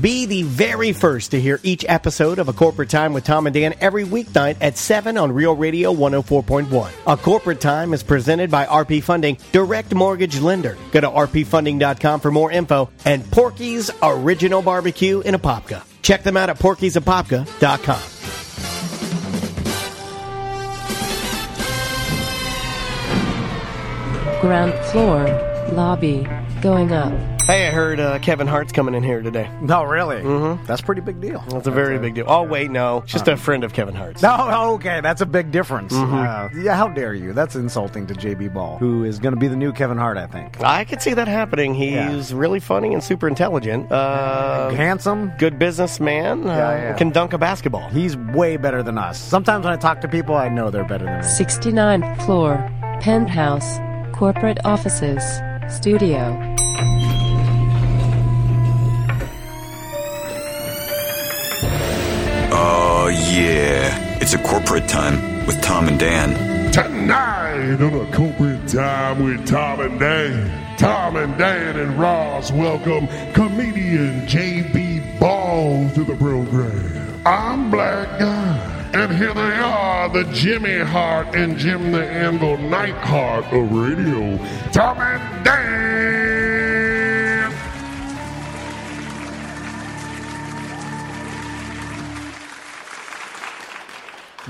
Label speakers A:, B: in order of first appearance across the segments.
A: Be the very first to hear each episode of A Corporate Time with Tom and Dan every weeknight at 7 on Real Radio 104.1. A Corporate Time is presented by RP Funding, direct mortgage lender. Go to rpfunding.com for more info and Porky's Original Barbecue in Apopka. Check them out at porky'sapopka.com.
B: Ground floor, lobby, going up.
A: Hey, I heard uh, Kevin Hart's coming in here today.
C: No, really? Mm-hmm. That's a pretty big deal.
A: That's a very big deal. Oh, wait, no. Just a friend of Kevin Hart's.
C: No, okay, that's a big difference.
A: Mm-hmm.
C: Uh, yeah, how dare you? That's insulting to JB Ball, who is going to be the new Kevin Hart, I think.
A: I could see that happening. He's really funny and super intelligent. Uh,
C: Handsome.
A: good businessman. uh,
C: yeah.
A: Can dunk a basketball.
C: He's way better than us. Sometimes when I talk to people, I know they're better than me.
B: 69th floor, penthouse, corporate offices, studio.
D: Oh, yeah. It's a corporate time with Tom and Dan.
E: Tonight on a corporate time with Tom and Dan. Tom and Dan and Ross welcome comedian JB Ball to the program. I'm Black Guy. And here they are, the Jimmy Hart and Jim the Anvil Nightheart of radio. Tom and Dan!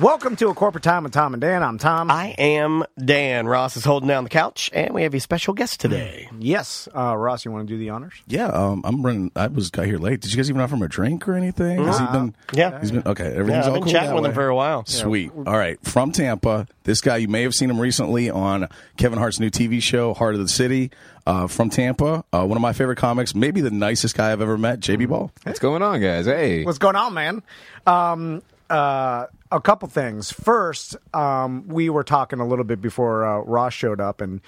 C: Welcome to A Corporate Time with Tom and Dan. I'm Tom.
A: I am Dan. Ross is holding down the couch, and we have a special guest today.
C: yes, uh, Ross, you want to do the honors?
F: Yeah, um, I'm running. I was got here late. Did you guys even offer him a drink or anything? Has he been?
A: Mm-hmm. Yeah.
F: he's been okay.
A: Yeah,
F: Everything's
A: I've
F: all
A: been
F: cool
A: chatting
F: that
A: with him
F: way?
A: for a while.
F: Sweet. All right, from Tampa. This guy you may have seen him recently on Kevin Hart's new TV show, Heart of the City. Uh, from Tampa, uh, one of my favorite comics, maybe the nicest guy I've ever met, JB Ball.
G: What's going on, guys? Hey.
C: What's going on, man? Um, uh, a couple things. First, um, we were talking a little bit before uh, Ross showed up, and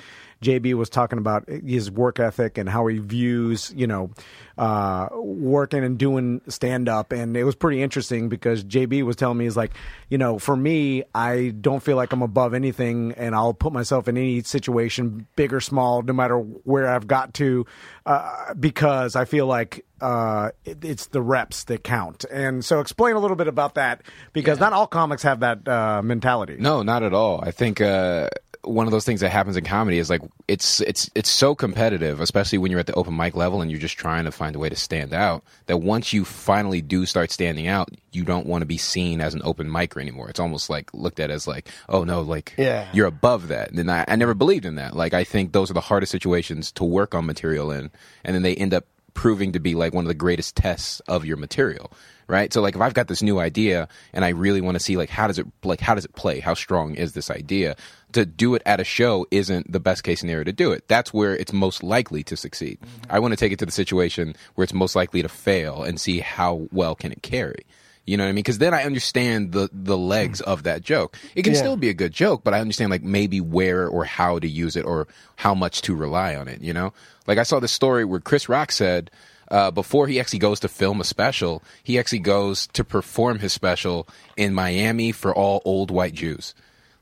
C: JB was talking about his work ethic and how he views, you know, uh, working and doing stand up. And it was pretty interesting because JB was telling me, he's like, you know, for me, I don't feel like I'm above anything, and I'll put myself in any situation, big or small, no matter where I've got to, uh, because I feel like uh, it, it's the reps that count. And so, explain a little bit about that because not all comics have that uh, mentality.
G: No, not at all. I think uh, one of those things that happens in comedy is like it's it's it's so competitive, especially when you're at the open mic level and you're just trying to find a way to stand out. That once you finally do start standing out, you don't want to be seen as an open micer anymore. It's almost like looked at as like, oh no, like
A: Yeah.
G: you're above that. And I, I never believed in that. Like I think those are the hardest situations to work on material in, and then they end up proving to be like one of the greatest tests of your material right so like if i've got this new idea and i really want to see like how does it like how does it play how strong is this idea to do it at a show isn't the best case scenario to do it that's where it's most likely to succeed i want to take it to the situation where it's most likely to fail and see how well can it carry you know what I mean? Because then I understand the the legs of that joke. It can still be a good joke, but I understand like maybe where or how to use it or how much to rely on it. You know, like I saw this story where Chris Rock said uh, before he actually goes to film a special, he actually goes to perform his special in Miami for all old white Jews.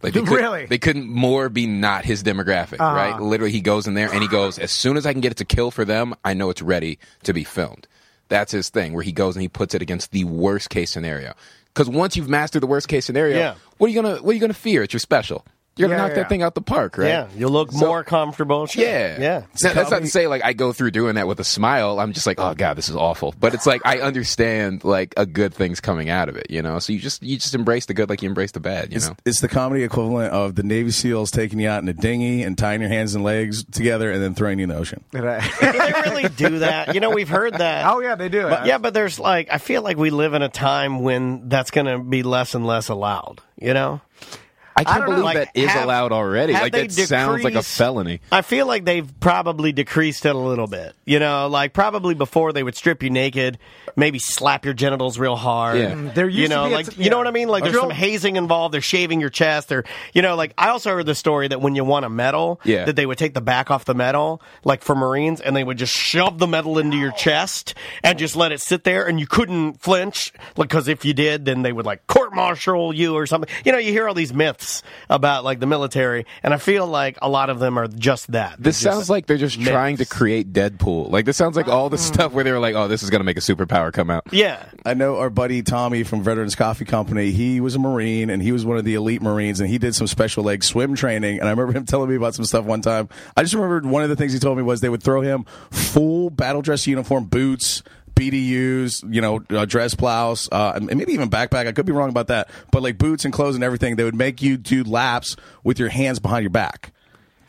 G: Like they could,
C: Really?
G: they couldn't more be not his demographic, right? Literally, he goes in there and he goes, as soon as I can get it to kill for them, I know it's ready to be filmed. That's his thing, where he goes and he puts it against the worst case scenario. Because once you've mastered the worst case scenario,
A: Yeah.
G: what are you gonna what are you gonna fear? It's your special. You're gonna
C: Yeah,
G: knock
C: yeah.
G: that thing out the park, right?
A: Yeah, you look
G: So-
A: more comfortable. Sure.
G: yeah.
A: Yeah.
G: Now, that's not to say like I go through doing that with a smile. I'm just like, oh god, this is awful. But it's like I understand like a good thing's coming out of it, you know. So you just you just embrace the good like you embrace the bad, you
F: It's,
G: know.
F: it's the comedy equivalent of the Navy SEALs taking you out in a dinghy and tying your hands and legs together and then throwing you in the ocean.
A: Do they really do that? You know, we've heard that.
C: oh yeah, they do.
A: But, yeah, but there's like, I feel like we live in a time when that's going to be less and less allowed, you know?
G: I can't
A: don't know,
G: believe
A: like,
G: that is
A: have-
G: allowed already.
A: have
G: Like
A: they
G: that sounds like a
A: decreased-
G: felony.
A: I feel like they've probably decreased it a little bit. You know, like probably before they would strip you naked, maybe slap your genitals real hard.
G: Yeah. Mm,
C: there used
A: you
C: to
A: know,
C: be a
A: like
C: t-
A: you know
C: yeah.
A: what I mean. Like
C: A
A: there's
C: drill-
A: some hazing involved. They're shaving your chest, or you know, like I also heard the story that when you won a medal,
G: Yeah.
A: that they would take the back off the medal, like for Marines, and they would just shove the medal into your chest and just let it sit there, and you couldn't flinch, because if you did, then they would like court martial you or something. You know, you hear all these myths myths about like the military, and I feel like a lot of them are just that.
G: This
A: They're just-
G: sounds like they're just
A: myths.
G: trying to create Deadpool. Like this sounds like all the stuff where they were like, "Oh, this is gonna make a superpower come out."
A: yeah.
F: I know our buddy Tommy from Veterans Coffee Company. He was a Marine and he was one of the elite Marines and he did some special leg swim training. And I remember him telling me about some stuff one time. I just remembered one of the things he told me was they would throw him full battle dress uniform, boots, BDUs, you know, uh, dress blouse, uh, and maybe even backpack. I could be wrong about that, but like boots and clothes and everything. They would make you do laps with your hands behind your back.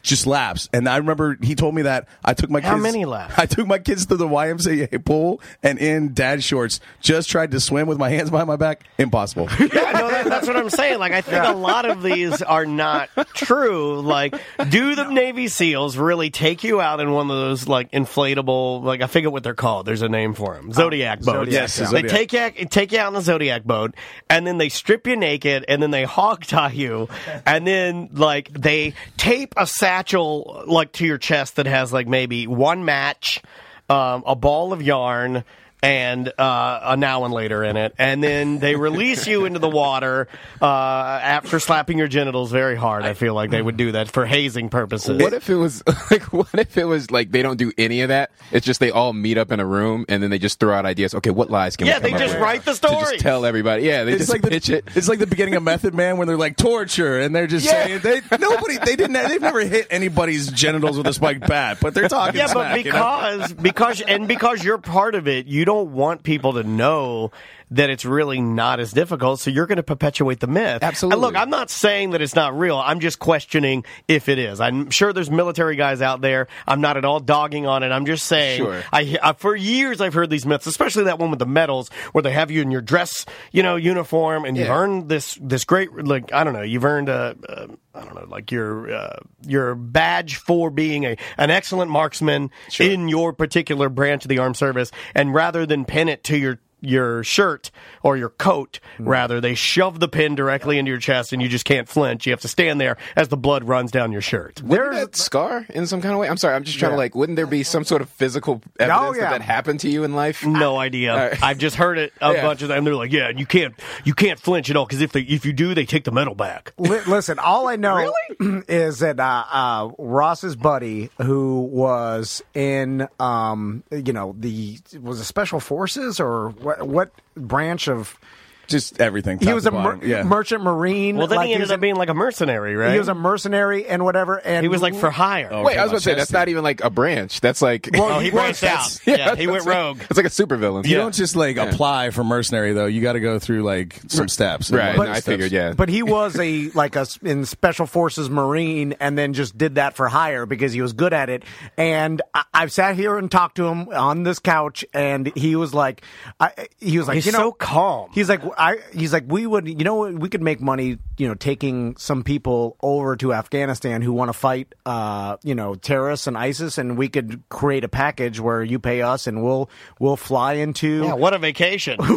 F: Just laps, and I remember he told me that I took my
A: How
F: kids-
A: many laps?
F: I took my kids to the YMCA pool and in dad shorts just tried to swim with my hands behind my back. Impossible.
A: Yeah, no, that, that's what I'm saying. Like, I think a lot of these are not true. Like, do the Navy SEALs really take you out in one of those like inflatable? Like, I forget what they're called. There's a name for them. Zodiac boats.
C: Zodiac, Yes,
F: yeah.
A: they
F: Zodiac.
A: take you, take you out in the Zodiac boat, and then they strip you naked, and then they hog tie you, and then like they tape a satchel like to your chest that has like maybe one match, um, a ball of yarn and uh, a now and later in it, and then they release you into the water uh, after slapping your genitals very hard. I feel like they would do that for hazing purposes.
G: What if it was like? What if it was like they don't do any of that? It's just they all meet up in a room and then they just throw out ideas. Okay, what lies can
A: Yeah,
G: we come
A: they
G: up
A: just
G: with
A: write the
G: to just
A: stories.
G: tell everybody. Yeah, they
F: It's
G: just
F: like,
G: pitch
F: the,
G: it.
F: it's like the beginning of Method Man when they're like torture and they're just saying
G: Yeah.
F: they nobody they didn't they've never hit anybody's genitals with a spiked bat, but they're talking
A: yeah,
F: smack,
A: but
F: you know?
A: because because and because you're part of it, you don't want people to know that it's really not as difficult. So you're going to perpetuate the myth.
G: Absolutely.
A: And look, I'm not saying that it's not real. I'm just questioning if it is. I'm sure there's military guys out there. I'm not at all dogging on it. I'm just saying.
G: Sure.
A: I, I for years I've heard these myths, especially that one with the medals where they have you in your dress, you know, uniform, and you've
G: Yeah.
A: earned this this great like I don't know, you've earned a, uh, I don't know, like your uh, your badge for being a an excellent marksman in your particular branch of the armed service, and rather than pin it to your your shirt or your coat rather they shove the pin directly into your chest and you just can't flinch you have to stand there as the blood runs down your shirt
G: Wouldn't that scar in some kind of way? I'm sorry, I'm just trying to like. Wouldn't there be some sort of physical evidence
F: Oh,
C: yeah.
G: that that happened to you in life?
A: No idea. I've just heard it a
G: Yeah.
A: bunch of times. They're like, yeah, you can't, you can't flinch at all because if they, if you do, they take the medal back.
C: Li- listen, all I know is that uh, uh, Ross's buddy, who was in, um, you know, the was it special forces or what, what branch of?
F: just everything.
C: He
F: top
C: was
F: to
C: a mer-
F: bottom, yeah.
C: merchant marine.
A: Well, then
C: like
A: he ended
C: was
A: up
C: a-
A: being like a mercenary, right?
C: He was a mercenary and whatever, and
A: He was, like for hire.
G: Wait, I was
F: Oh, Okay,
G: about to say
F: my
G: that's
F: chest.
G: not even like a branch. That's like
A: oh, he branched out. Yeah, he went rogue.
G: It's like a supervillain.
F: You don't just like apply for mercenary though. You got to go through like some steps. and
G: Right,
F: one of
G: no, I
F: the steps.
G: figured, yeah.
C: But he was a like a s- in special forces marine, and then just did that for hire because he was good at it. And I, I've sat here and talked to him on this couch, and he was like, I, he was like,
A: He's
C: you know,
A: so calm.
C: He's like, I, he's like, we would, you know, what, we could make money, you know, taking some people over to Afghanistan who want to fight, uh, you know, terrorists and ISIS, and we could create a package where you pay us, and we'll we'll fly into.
A: Yeah, what a vacation.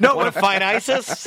C: No,
A: Want to fight ISIS?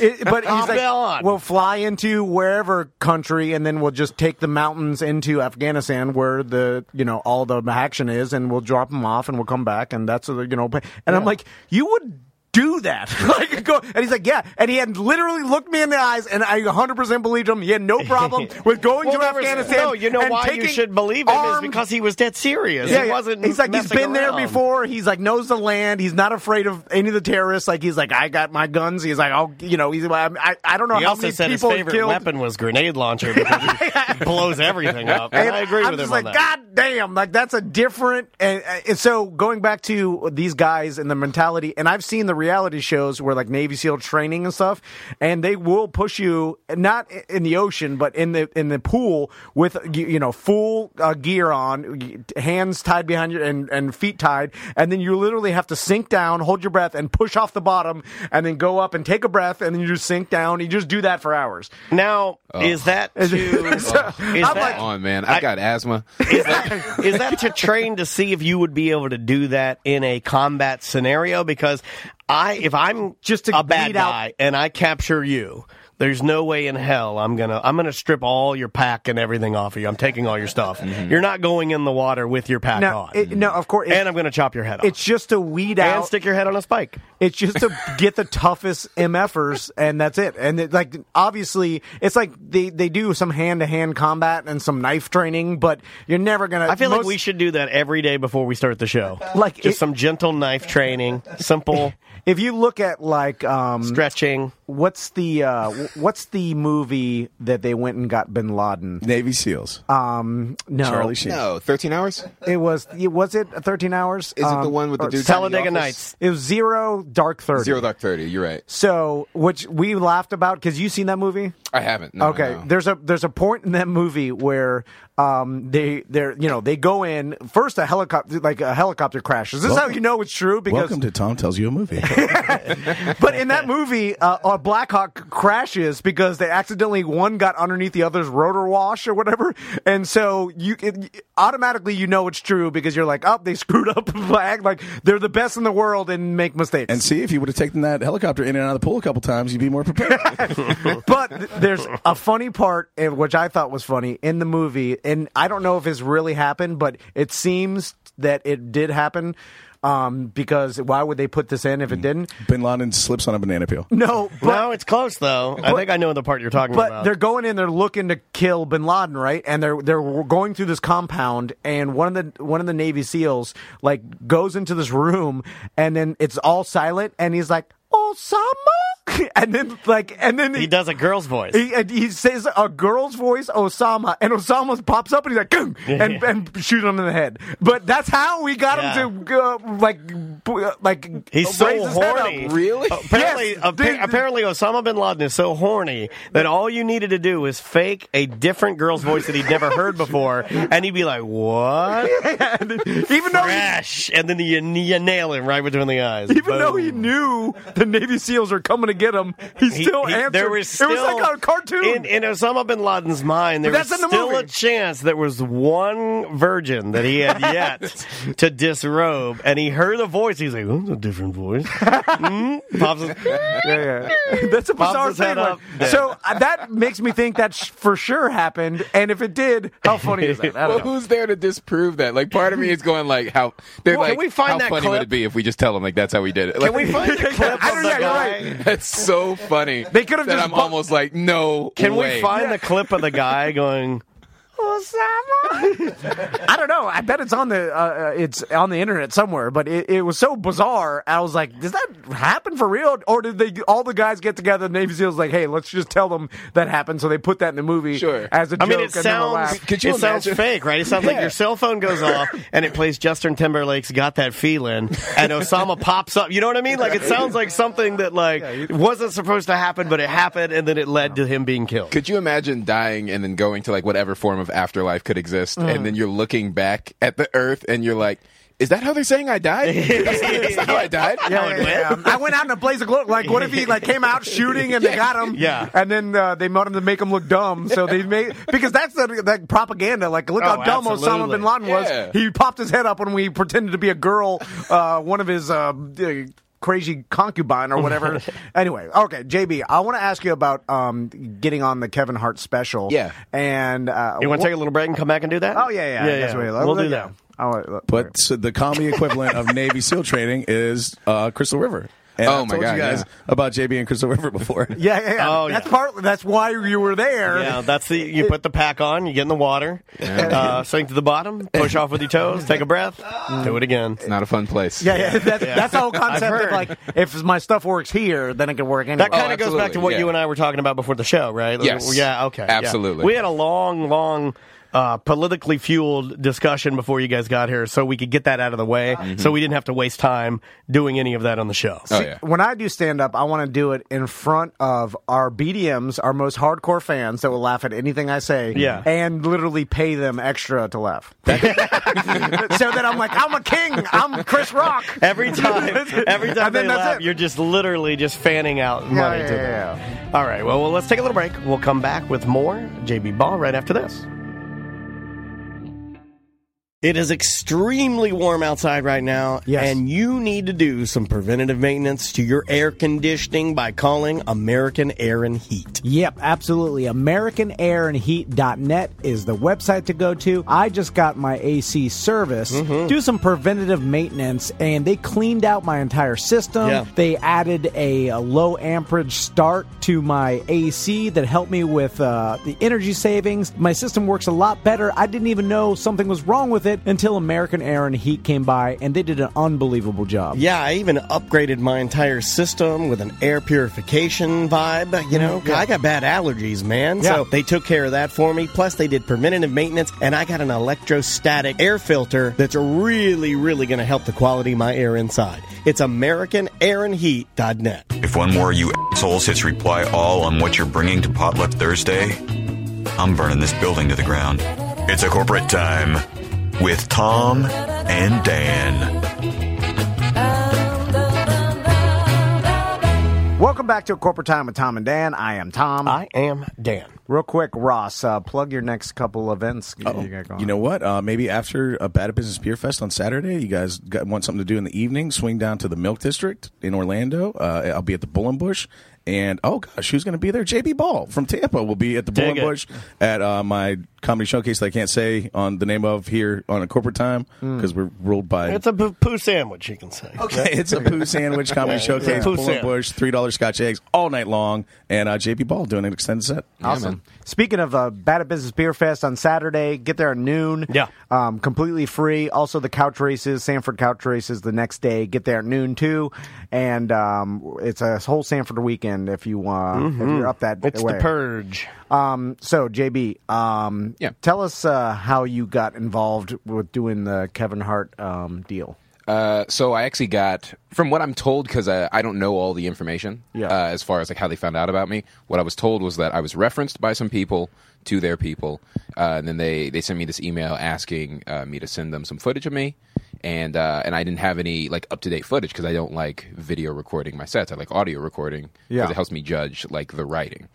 C: It, but
A: I'll
C: he's like,
A: bail on.
C: we'll fly into wherever country, and then we'll just take the mountains into Afghanistan, where the you know all the action is, and we'll drop them off, and we'll come back, and that's the you know. And I'm like, you would do that, like go, and he's like, yeah, and he had literally looked me in the eyes, and I 100 percent believed him. He had no problem with going
A: Well,
C: to
A: there was-
C: Afghanistan.
A: No, you know
C: and
A: why you
C: taking
A: should believe him is
C: armed-
A: because he was dead serious. he wasn't.
C: He's like he's
A: messing
C: been there
A: around.
C: before. He's like knows the land. He's not afraid of any of the terrorists. Like he's like I got my guns. He's like I'll you know he's I, I- I don't know
A: He
C: how
A: also
C: many
A: said his
C: people he
A: favorite
C: killed.
A: weapon was grenade launcher because he blows everything up. And
C: And
A: I agree
C: I'm
A: with
C: just
A: him
C: like,
A: on that.
C: God damn! Like that's a different. And, and so going back to these guys and the mentality, and I've seen the reality shows where like Navy SEAL training and stuff, and they will push you not in the ocean, but in the in the pool with you you know full uh, gear on, hands tied behind your and and feet tied, and then you literally have to sink down, hold your breath, and push off the bottom, and then go up and take a breath, and then you just sink down. You just do that for hours.
A: Now, is that to? is
C: I'm
A: that,
C: like-
G: Come on, man. I,
A: I-
G: got asthma.
A: Is that, is that to train to see if you would be able to do that in a combat scenario? Because I, if I'm
C: Just to
A: a bad
C: bleed out-
A: guy and I capture you, There's no way in hell I'm gonna I'm gonna strip all your pack and everything off of you. I'm taking all your stuff. You're not going in the water with your pack
C: No,
A: on.
C: it, no, of course. it-
A: and I'm gonna chop your head off.
C: It's just to weed
A: and
C: out.
A: stick your head on a spike.
C: It's just to get the toughest MFers, and that's it. And it, like, obviously, it's like they, they do some hand to hand combat and some knife training, but you're never gonna.
A: I feel like
C: most-
A: we should do that every day before we start the show.
C: Like
A: just
C: it-
A: some gentle knife training, simple
C: If you look at like um,
A: stretching.
C: what's the uh, w- what's the movie that they went and got Bin Laden?
F: Navy SEALs.
C: Um, no,
F: Charlie Sheen.
G: Uh, No, 13 hours?
C: it was it- was it Thirteen Hours?
G: Is it the
C: Um,
G: one with the
C: or-
G: dude?
A: Talladega
G: in the office?
A: Nights.
C: It was Zero Dark Thirty.
G: Zero Dark Thirty. You're right.
C: So, which we laughed about because you seen that movie?
G: I haven't. No,
C: okay,
G: no.
C: there's a there's a point in that movie where um they they're you know they go in first a helicopter like a helicopter crash. Is this how
F: Welcome-
C: you know it's true? Because
F: Welcome to Tom Tells You a Movie.
C: but in that movie, uh, a Black Hawk crashes because they accidentally one got underneath the other's rotor wash or whatever, and so you it, automatically you know it's true because you're like, oh, they screwed up flag. Like they're the best in the world and make mistakes.
F: and see, if you would have taken that helicopter in and out of the pool a couple times, you'd be more prepared.
C: but th- there's a funny part, eh, which I thought was funny in the movie, and I don't know if it's really happened, but it seems that it did happen. Um, because why would they put this in
A: Hmm.
C: if it didn't?
F: Bin Laden slips on a banana peel.
C: No, but
A: no, it's close though. I think I know the part you're talking
C: But
A: about.
C: they're going in, they're looking to kill Bin Laden, right? And they're they're going through this compound, and one of the one of the Navy SEALs like goes into this room, and then it's all silent, and he's like Osama, and then like and then
A: he does a girl's voice.
C: He, and he says a girl's voice, Osama, and Osama pops up and he's like, "Gung," and, and shoot him in the head. But that's how we got him to uh, like, b- uh, like
A: He's so
C: raise his head up.
A: horny.
G: Really?
A: Apparently,
C: Yes,
A: appa-
C: dude.
A: apparently, Osama bin Laden is so horny that all you needed to do was fake a different girl's voice that he'd never heard before, and he'd be like, "What?"
C: Even though he
A: Crash, and then you, you nail him right between the eyes.
C: Even though he
A: Boom.
C: knew the Navy SEALs were coming to get him, he
A: He-
C: still
A: he-
C: answered.
A: There was still,
C: it was like a cartoon.
A: In, in Osama bin Laden's mind, there
C: But that's
A: was
C: in the
A: still
C: movie.
A: a chance there was one virgin that he had yet to disrobe, and he heard a voice. He's like, "Oh, "That's a different voice." mm, pops his-
C: yeah, yeah. That's a
A: Pops
C: bizarre
A: his head
C: thing. like-
A: up. Yeah.
C: So uh, that makes me think that sh- for sure happened. And if it did, how funny is that? I
G: Well,
C: don't know.
G: who's there to disprove that? Like, part of me is going like, how? They're
A: Well,
G: like,
A: can we find
G: how
A: that
G: funny
A: clip?
G: would it be if we just tell them like that's how we did it? Like,
A: Can we find the clip
C: I
A: of
C: don't-
A: the
C: yeah, you're
A: guy?
C: right.
G: That's so funny.
C: They could've
G: that
C: just
G: I'm
C: bu-
G: almost like, no.
A: Can we
G: way.
A: find the clip of the guy going?
C: I don't know. I bet it's on the uh, uh, it's on the internet somewhere. But it, it was so bizarre. I was like, does that happen for real? Or did they all the guys get together? The Navy SEALs like, hey, let's just tell them that happened. So they put that in the movie
G: Sure.
C: as a
A: I
C: joke.
A: mean, it
C: and then a
A: sounds
C: laugh.
G: Could you
A: it sounds
G: imagine?
A: fake, right? It sounds like
F: Yeah.
A: your cell phone goes off and it plays Justin Timberlake's "Got That Feeling" and Osama pops up. You know what I mean? Like it sounds like something that like wasn't supposed to happen, but it happened, and then it led to him being killed.
G: Could you imagine dying and then going to like whatever form of afterlife could exist, and then you're looking back at the Earth and you're like, is that how they're saying I died? that's, that's not how I died.
A: How it went?
C: I went out in a blaze of glory. Like, what if he like came out shooting and they got him?
A: Yeah.
C: And then uh, they wanted to make him look dumb, so they made because that's the like propaganda. Like, look
A: Oh,
C: how dumb Osama
A: absolutely.
C: bin Laden was.
G: Yeah.
C: He popped his head up when we pretended to be a girl, uh, one of his. Uh, uh, Crazy concubine or whatever. anyway, okay, JB, I want to ask you about um, getting on the Kevin Hart special.
G: Yeah.
C: and uh,
A: You
C: wh-
A: want to take a little break and come back and do that?
C: Oh yeah, yeah, I guess we-
A: We'll do that.
C: Oh,
F: But so the comedy equivalent of Navy SEAL training is uh, Crystal River. And
G: Oh,
F: I've
G: my
F: told
G: God,
F: you guys
G: yeah.
F: about JB and Crystal River before.
C: yeah, yeah, yeah.
A: Oh,
C: that's
A: yeah.
C: part. That's why you were there.
A: Yeah, that's the you put the pack on, you get in the water, uh, sink to the bottom, push off with your toes, take a breath, do it again.
G: It's not a fun place.
C: Yeah, yeah, that's, that's the whole
A: I've
C: concept
A: heard.
C: of like, if my stuff works here, then it can work anywhere.
A: That kind
G: Oh,
A: of goes back to
G: absolutely,
A: what
G: yeah.
A: you and I were talking about before the show, right?
G: Yes.
A: Yeah. Okay. yeah.
G: Absolutely.
A: We had a long, long. Uh, politically fueled discussion before you guys got here, so we could get that out of the way, so we didn't have to waste time doing any of that on the show.
G: Mm-hmm. Oh yeah.
C: when I do stand up, I want to do it in front of our BDMs, our most hardcore fans that will laugh at anything I say,
A: Yeah.
C: and literally pay them extra to laugh. so that I'm like, I'm a king, I'm Chris Rock.
A: Every time, every time
C: And then
A: they
C: that's
A: laugh,
C: it.
A: you're just literally just fanning out money
C: yeah,
A: to
C: yeah,
A: them. All right. Well, well, let's take a little break. We'll come back with more JB Ball right after this. It is extremely warm outside right now,
C: Yes.
A: and you need to do some preventative maintenance to your air conditioning by calling American Air and Heat.
C: Yep, absolutely. AmericanAirandHeat.net is the website to go to. I just got my AC service,
A: Mm-hmm.
C: do some preventative maintenance, and they cleaned out my entire system.
A: Yeah.
C: They added a, a low amperage start to my AC that helped me with uh, the energy savings. My system works a lot better. I didn't even know something was wrong with it until American Air and Heat came by, and they did an unbelievable job.
A: Yeah, I even upgraded my entire system with an air purification vibe. You know, I got bad allergies, man.
C: Mm, Yeah.
A: So they took care of that for me. Plus, they did preventative maintenance, and I got an electrostatic air filter that's really, really going to help the quality of my air inside. It's AmericanAirandHeat.net.
D: If one more of you assholes hits reply all on what you're bringing to Potluck Thursday, I'm burning this building to the ground. It's a corporate time with Tom and Dan.
C: Welcome back to Corporate Time with Tom and Dan. I am Tom.
A: I am Dan.
C: Real quick, Ross, uh, plug your next couple events you got going.
F: You know what? Uh, maybe after a Bad at Business Beer Fest on Saturday, you guys got, want something to do in the evening, swing down to the Milk District in Orlando. Uh, I'll be at the Bull and Bush. And oh gosh, who's going to be there? JB Ball from Tampa will be at the Bull
A: Dig
F: and
A: it.
F: Bush at uh, my comedy showcase that I can't say on the name of here on a corporate time because we're ruled by.
A: Hmm. It's a poo, poo sandwich, you can
C: Oh,
A: say.
F: Okay, it's a poo sandwich comedy showcase.
A: Poo
F: Bull and
A: sand.
F: Bush, three dollars Scotch eggs all night long, and uh, JB Ball doing an extended set.
C: Awesome. Speaking of uh, Bad at Business Beer Fest on Saturday, get there at noon.
A: Yeah.
C: Um, completely free. Also, the couch races, Sanford couch races the next day. Get there at noon, too. And um, it's a whole Sanford weekend if, you, uh, if you're up that
A: It's
C: way.
A: the purge.
C: Um, so, JB, um,
G: Yeah.
C: tell us uh, how you got involved with doing the Kevin Hart um, deal.
G: Uh, so I actually got, from what I'm told, because I, I don't know all the information
C: Yeah.
G: uh, as far as like how they found out about me. What I was told was that I was referenced by some people to their people, uh, and then they they sent me this email asking uh, me to send them some footage of me, and uh, and I didn't have any like up to date footage because I don't like video recording my sets. I like audio recording because
C: Yeah.
G: it helps me judge like the writing.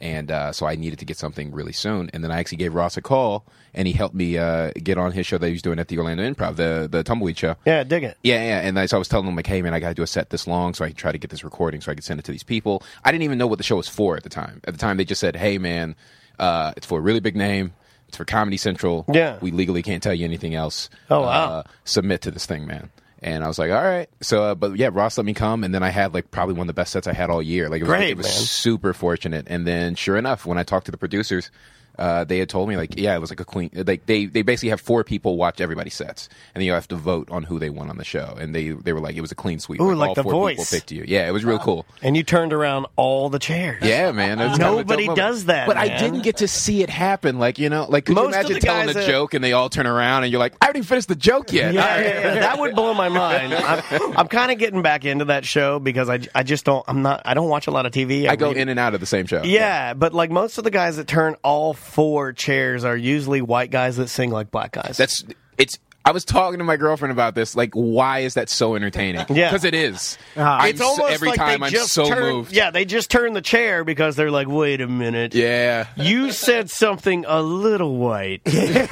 G: And uh, so I needed to get something really soon, and then I actually gave Ross a call, and he helped me uh, get on his show that he was doing at the Orlando Improv, the the Tumbleweed show.
A: Yeah, dig it.
G: Yeah, yeah. And I, so I was telling them like, hey man, I gotta do a set this long, so I can try to get this recording, so I could send it to these people. I didn't even know what the show was for at the time. At the time, they just said, hey man, uh, it's for a really big name. It's for Comedy Central.
A: Yeah.
G: we legally can't tell you anything else.
A: Oh, wow.
G: Uh, submit to this thing, man. And I was like, all right. So, uh, but yeah, Ross let me come, and then I had like probably one of the best sets I had all year. Like, it was,
A: Great,
G: it was
A: man.
G: super fortunate. And then, sure enough, when I talked to the producers, uh, they had told me like, yeah, it was like a queen. Like they they basically have four people watch everybody's sets, and you have to vote on who they want on the show. And they they were like, it was a clean sweep.
A: Ooh, like
G: all
A: The
G: four people
A: Voice.
G: picked you. Yeah, it was real cool.
A: And you turned around all the chairs.
G: Yeah, man. it was kind of a dope
A: Nobody
G: moment.
A: does that,
G: But I
A: man.
G: didn't get to see it happen. Like you know, like could
A: Most
G: you
A: of
G: imagine
A: the
G: telling a
A: guys that-
G: joke and they all turn around and you're like, I haven't even finished the joke yet.
A: Yeah, yeah, yeah, that would blow my mind. I'm, I'm kind of getting back into that show because I, I just don't I'm not I don't watch a lot of TV.
G: I go
A: read-
G: in and out of the same show.
A: Yeah, but like most of the guys that turn all four chairs are usually white guys that sing like black guys.
G: That's it's. I was talking to my girlfriend about this. Like, why is that so entertaining?
A: Yeah. Uh-huh.
G: because it is. I'm
A: it's
G: so-
A: almost
G: every
A: like
G: time
A: they
G: I'm
A: just
G: so
A: turn-
G: moved.
A: Yeah, they just turn the chair because they're like, wait a minute.
G: yeah.
A: You said something a little white.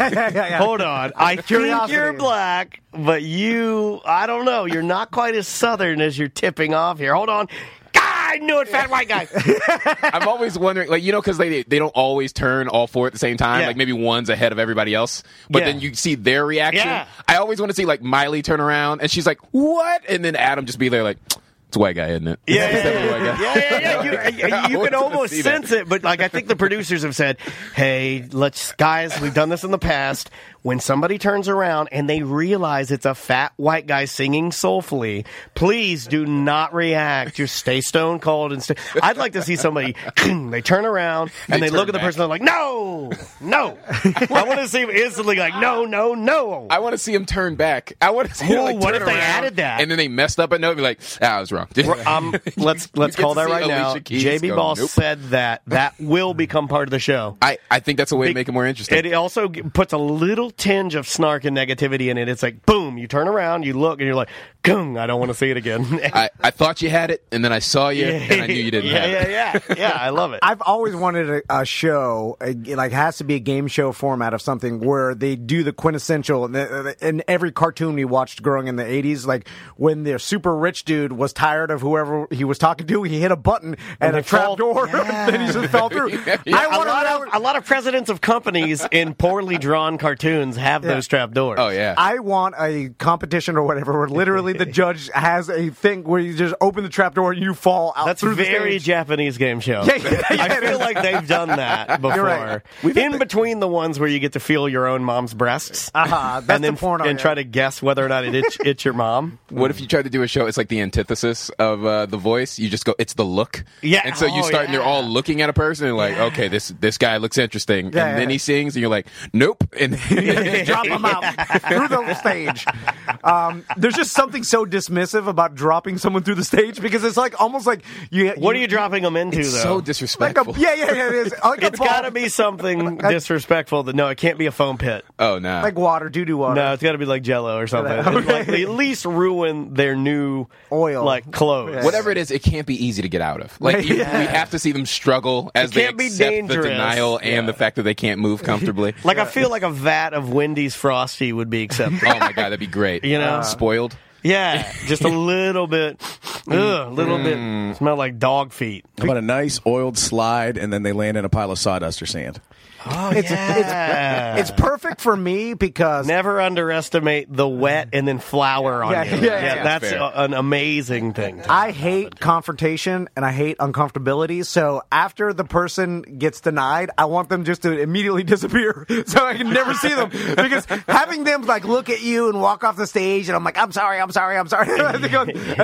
A: Hold on. I think
C: Curiosity.
A: you're black, but you, I don't know. You're not quite as southern as you're tipping off here. Hold on. Ah, I knew it, fat white guy.
G: I'm always wondering, like you know, because they they don't always turn all four at the same time.
A: Yeah.
G: Like maybe one's ahead of everybody else, but
A: Yeah.
G: then you see their reaction.
A: Yeah.
G: I always want to see like Miley turn around and she's like, "What?" and then Adam just be there like, "It's a white guy, isn't it?"
A: Yeah,
G: It's
A: yeah,
G: definitely a
A: yeah,
G: white guy.
A: yeah, yeah, yeah. You-
G: I
A: You,
G: wanted
A: can
G: to
A: almost
G: see that.
A: sense it, but like I think the producers have said, "Hey, let's guys, we've done this in the past. When somebody turns around and they realize it's a fat white guy singing soulfully, please do not react. Just stay stone cold and stay." I'd like to see somebody. they turn around and
G: They
A: they, look at
G: turn
A: the person. They're
G: back.
A: like, "No, no." I want to see him instantly like, "No, no, no."
G: I want to see him turn back. I want to see. him,
A: Ooh,
G: like,
A: what
G: turn
A: if they
G: around,
A: added that?
G: And then they messed up a note. and Be like, ah, I was wrong.
A: Um, let's let's
G: get
A: call
G: to
A: that
G: see
A: right now.
G: Alicia Keys
A: JB
G: go,
A: Ball
G: "Nope."
A: said that that will become part of the show.
G: I, I think that's a way to make it more interesting.
A: It also g- puts a little tinge of snark and negativity in it. It's like boom, you turn around, you look, and you're like, "Gung, I don't want to see it again."
G: I, I thought you had it, and then I saw you, and I knew you didn't
A: yeah,
G: have it.
A: yeah, yeah, yeah. I love it.
C: I've always wanted a, a show, a, like has to be a game show format of something where they do the quintessential uh, in every cartoon we watched growing in the '80s. Like when the super rich dude was tired of whoever he was talking to, he hit a button and
A: they
C: a trap
A: fall-
C: door, and he just fell through. I
A: a
C: want
A: lot
C: to
A: of a lot of presidents of companies in poorly drawn cartoons have those trap doors.
G: Oh yeah.
C: I want a competition or whatever where literally the judge has a thing where you just open the trap door and you fall out
A: That's
C: through
A: very
C: the stage.
A: Japanese game show.
C: Yeah, yeah, yeah,
A: I
C: it
A: feel
C: is.
A: like they've done that before.
C: right.
A: In between the ones where you get to feel your own mom's breasts,
C: Uh-huh, that's
A: and then
C: the porno,
A: and
C: yeah.
A: try to guess whether or not it itch, it's your mom.
G: What if you tried to do a show? It's like the antithesis of uh, the voice. You just go, it's the look.
A: Yeah.
G: And so you
A: Oh,
G: start, and they're all looking at a person, and like, okay, this this guy looks
C: Yeah,
G: interesting, and
C: yeah,
G: then
C: yeah.
G: he sings, and you're like, nope. And
C: drop them out through the stage. Um, there's just something so dismissive about dropping someone through the stage because it's like almost like you.
A: What are you dropping them into
G: it's
A: though?
G: so
C: Like a,
G: disrespectful.
C: yeah, yeah, yeah, it is. Like a
A: it's
C: ball-
A: got to be something disrespectful. That no, it can't be a foam pit.
G: Oh no.
C: like water, doo doo water.
A: No, it's got to be like Jello or something. It's like they at least ruin their new
C: Oil.
A: like clothes.
C: Yeah.
G: Whatever it is, it can't be easy to get out of. Like you, we have to see them struggle as they
A: can't be
G: accept the
A: dangerous.
G: denial and the fact that they can't move comfortably.
A: Like I feel like a vat of Wendy's frosty would be acceptable.
G: oh my god, that'd be great.
A: You know?
G: spoiled.
A: yeah, just a little bit, ugh, a little
C: Mm.
A: bit. Smell like dog feet.
F: How about a nice oiled slide, and then they land in a pile of sawdust or sand.
C: it's,
A: Yeah.
C: it's it's perfect for me because
A: Never underestimate the wet and then flour on
C: Mm. Yeah, yeah,
A: you.
C: yeah, yeah.
A: that's
G: Fair.
A: a, an amazing thing. to-
C: I hate confrontation and I hate uncomfortability. So after the person gets denied, I want them just to immediately disappear so I can never see them. Because having them like look at you and walk off the stage, and I'm like, I'm sorry, I'm sorry, I'm sorry, and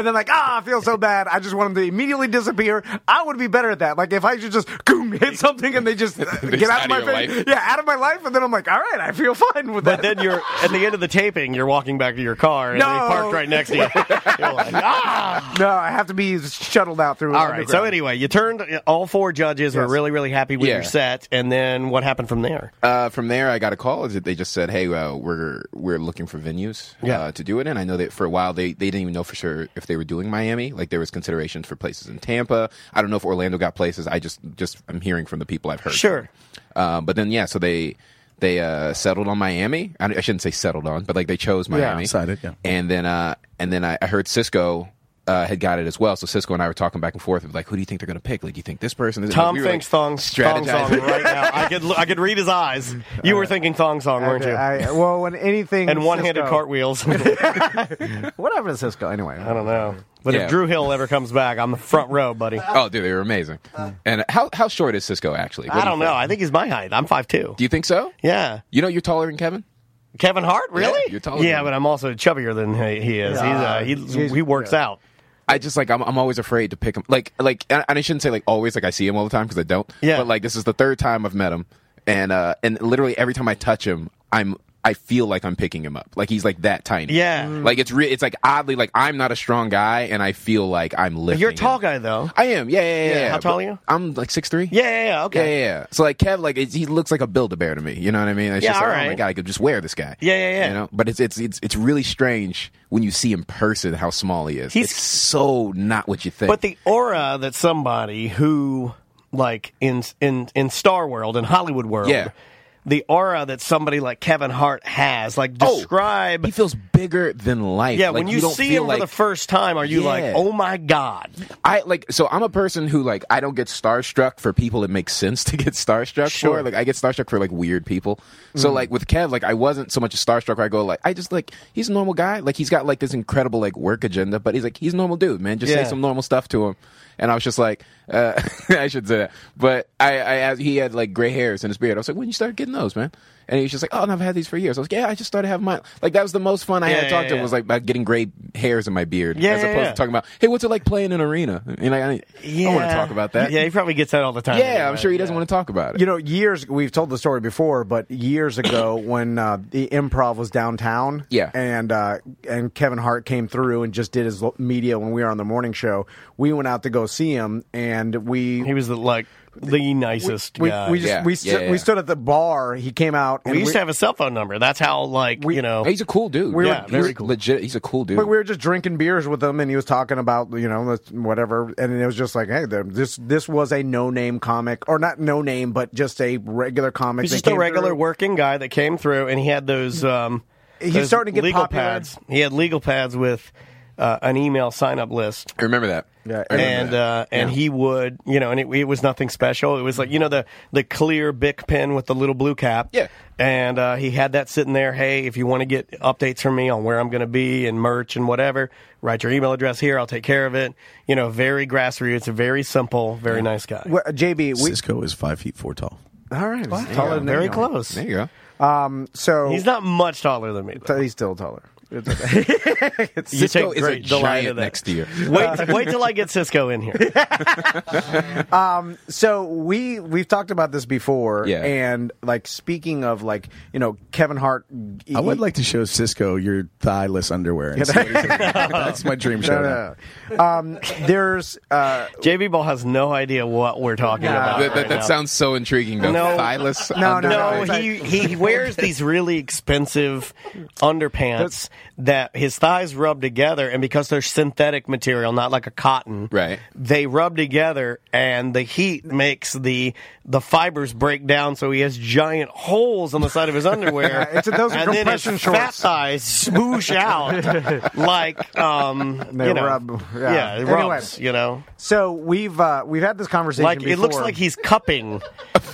C: then like, ah, I feel so bad. I just want them to immediately disappear. I would be better at that. Like if I should just goom, hit something and they just uh, get out of
G: out
C: my
G: of your
C: face,
G: life.
C: yeah, out of my life, and then I'm like, all right, I feel fine with that.
A: But then you're at the end of the taping, you're walking back to your car, and
C: No.
A: they parked right next to you. You're like, ah!
C: no, I have to be shuttled out through.
A: All right. So
C: underground.
A: anyway, you turned all four judges were
C: Yes.
A: really really happy with
G: Yeah.
A: your set, and then what happened from there?
G: Uh, from there, I got a call. Is that they just said, "Hey, uh, we're we're looking for venues
A: Yeah.
G: uh, to do it." in." I know that for a while they, they didn't even know for sure if they were doing Miami. Like there was considerations for places in Tampa. I don't know if Orlando got places. I just just I'm hearing from the people I've heard.
A: Sure.
G: Uh, but then yeah, so they they uh, settled on Miami. I, I shouldn't say settled on, but like they chose Miami.
F: decided, yeah.
G: And then uh, and then I, I heard Cisco. Uh, had got it as well, so Cisco and I were talking back and forth of like, who do you think they're going to pick? Like, do you think this person? This? and
A: Tom
G: we were, like,
A: thinks thong, thong song
G: strategizing.
A: right now. I could I could read his eyes. You were thinking thong song, weren't you?
C: I, well, when anything
A: and one-handed
C: Cisco-
A: cartwheels. I
C: Whatever to Cisco, anyway.
A: don't know. But
G: Yeah.
A: if Drew Hill ever comes back, I'm the front row, buddy.
G: Oh, dude, they were amazing. And how how short is Cisco actually? What
A: I
G: do you
A: don't know.
G: think?
A: I think he's my height. I'm 5'2".
G: Do you think so?
A: Yeah.
G: You know, you're taller than Kevin.
A: Kevin Hart, really?
G: you're taller
A: Yeah,
G: than
A: but
G: him.
A: I'm also chubbier than he, he is.
C: Yeah.
A: he's, uh, he,
C: He's-
A: he works out.
G: I just like I'm, I'm always afraid to pick him. Like like and and I shouldn't say like always like I see him all the time because I don't.
A: Yeah.
G: But like this is the third time I've met him, and uh and literally every time I touch him, I'm I feel like I'm picking him up. Like he's like that tiny.
A: Yeah. Mm.
G: Like it's re- it's like oddly like I'm not a strong guy, and I feel like I'm lifting.
A: You're a
G: him.
A: tall guy, though.
G: I am. Yeah yeah yeah.
A: Yeah,
G: yeah.
A: how tall
G: But
A: are you?
G: I'm like six three.
A: Yeah, yeah, yeah.
G: Yeah,
A: Okay.
G: yeah, yeah. So like Kev, like it's, he looks like a build a bear to me. You know what I mean? It's
A: Yeah,
G: just like,
A: alright.
G: oh my god, I could just wear this guy.
A: Yeah, yeah, yeah.
G: You know, but it's it's it's it's really strange when you see in person how small he is.
A: He's-
G: it's so not what you think.
A: But the aura that somebody who, like in in in Star World in Hollywood World,
G: Yeah.
A: the aura that somebody like Kevin Hart has, like
G: Oh,
A: describe.
G: he feels bigger than life.
A: yeah,
G: Like,
A: when you,
G: don't
A: see
G: feel
A: him
G: like,
A: for the first time, are you like,
G: Yeah.
A: oh my god?
G: I like so I'm a person who like I don't get starstruck for people it makes sense to get starstruck
A: Sure. Mm.
G: for. Like I get starstruck for like weird people. So like with Kev, like I wasn't so much a starstruck where I go like I just like he's a normal guy. Like he's got like this incredible like work agenda, but he's like he's a normal dude, man. Just
A: Yeah.
G: say some normal stuff to him. And I was just like, uh, I should say that. But I, I asked, he had like gray hairs in his beard. I was like, when you start getting those, man? And he was just like, oh, no, I've had these for years. I was like, yeah, I just started having mine. Like that was the most fun I
A: Yeah,
G: had
A: yeah,
G: to talk to
A: yeah.
G: him was like about getting gray hairs in my beard,
A: Yeah,
G: as
A: yeah,
G: opposed
A: yeah.
G: to talking about, hey, what's it like playing in an arena? And like, I, I don't want to talk about that.
A: Yeah,
G: Yeah,
A: he probably gets that all the time.
G: I'm sure he doesn't want to talk about it.
C: You know, years we've told the story before, but years ago when uh, the improv was downtown,
G: Yeah.
C: and uh, and Kevin Hart came through and just did his lo- media when we were on the morning show. We went out to go see him, and we
A: He was the, like the nicest
C: we,
A: guy.
C: we just
G: Yeah,
C: we,
G: yeah,
C: stu-
G: yeah.
C: we stood at the bar. He came out. out.
A: We used
C: we-
A: to have a cell phone number. That's how, like, you know.
G: He's a cool dude.
C: We were-
G: yeah,
A: very
G: he's
A: cool.
G: legit. He's a cool dude.
C: But we were just drinking beers with him, and he was talking about you know this- whatever, and it was just like, hey, the- this this was a no name comic, or not no name, but just a regular comic.
A: He's
C: that
A: just a
C: came
A: regular
C: through.
A: working guy that came through, and he had those. Um,
C: He's
A: those
C: starting to get
A: legal
C: popular.
A: pads. He had legal pads with uh, an email sign up list.
G: I remember that.
C: Yeah,
G: I remember
A: and
G: that.
A: uh, and he would, you know, and it, it was nothing special. It was like you know the the clear Bic pen with the little blue cap.
G: Yeah.
A: And uh, he had that sitting there. Hey, if you want to get updates from me on where I'm going to be and merch and whatever, write your email address here. I'll take care of it. You know, very grassroots, very simple, very nice guy.
C: Well, JB, we
F: Cisco is five feet four tall.
C: all right, he's
A: Taller
C: taller
A: than
C: than
A: very
C: you.
A: close.
G: there you go.
C: So
A: He's not much taller than me. Though.
C: he's still taller. It's okay.
A: You
G: Cisco
A: take
G: is a
A: great delight in
G: giant
A: that.
G: next year.
A: Wait, wait till I get Cisco in here.
C: so we we've talked about this before,
G: Yeah.
C: and like speaking of like you know Kevin Hart.
F: I would like to show Cisco your thighless underwear. and see what he's like. That's my dream show. now.
C: No, no, no. Um, there's uh,
A: JB Ball has no idea what we're talking about.
G: that
A: right
G: that, that
A: now.
G: sounds so intriguing. Though.
A: uh, No.
G: Thylus
C: No,
G: under-
C: no,
A: No, he he wears these really expensive underpants that his thighs rub together, and because they're synthetic material, not like a cotton,
G: Right.
A: They rub together, and the heat makes the the fibers break down, so he has giant holes on the side of his underwear.
C: Yeah, it's- those are
A: and then his
C: compression
A: fat
C: shorts.
A: thighs smoosh out like um,
C: They
A: you know,
C: rub,
A: yeah,
C: yeah.
A: it
C: Anyway.
A: rubs, you know.
C: so we've uh, we've had this conversation.
A: Like it looks
C: before.
A: like he's cupping,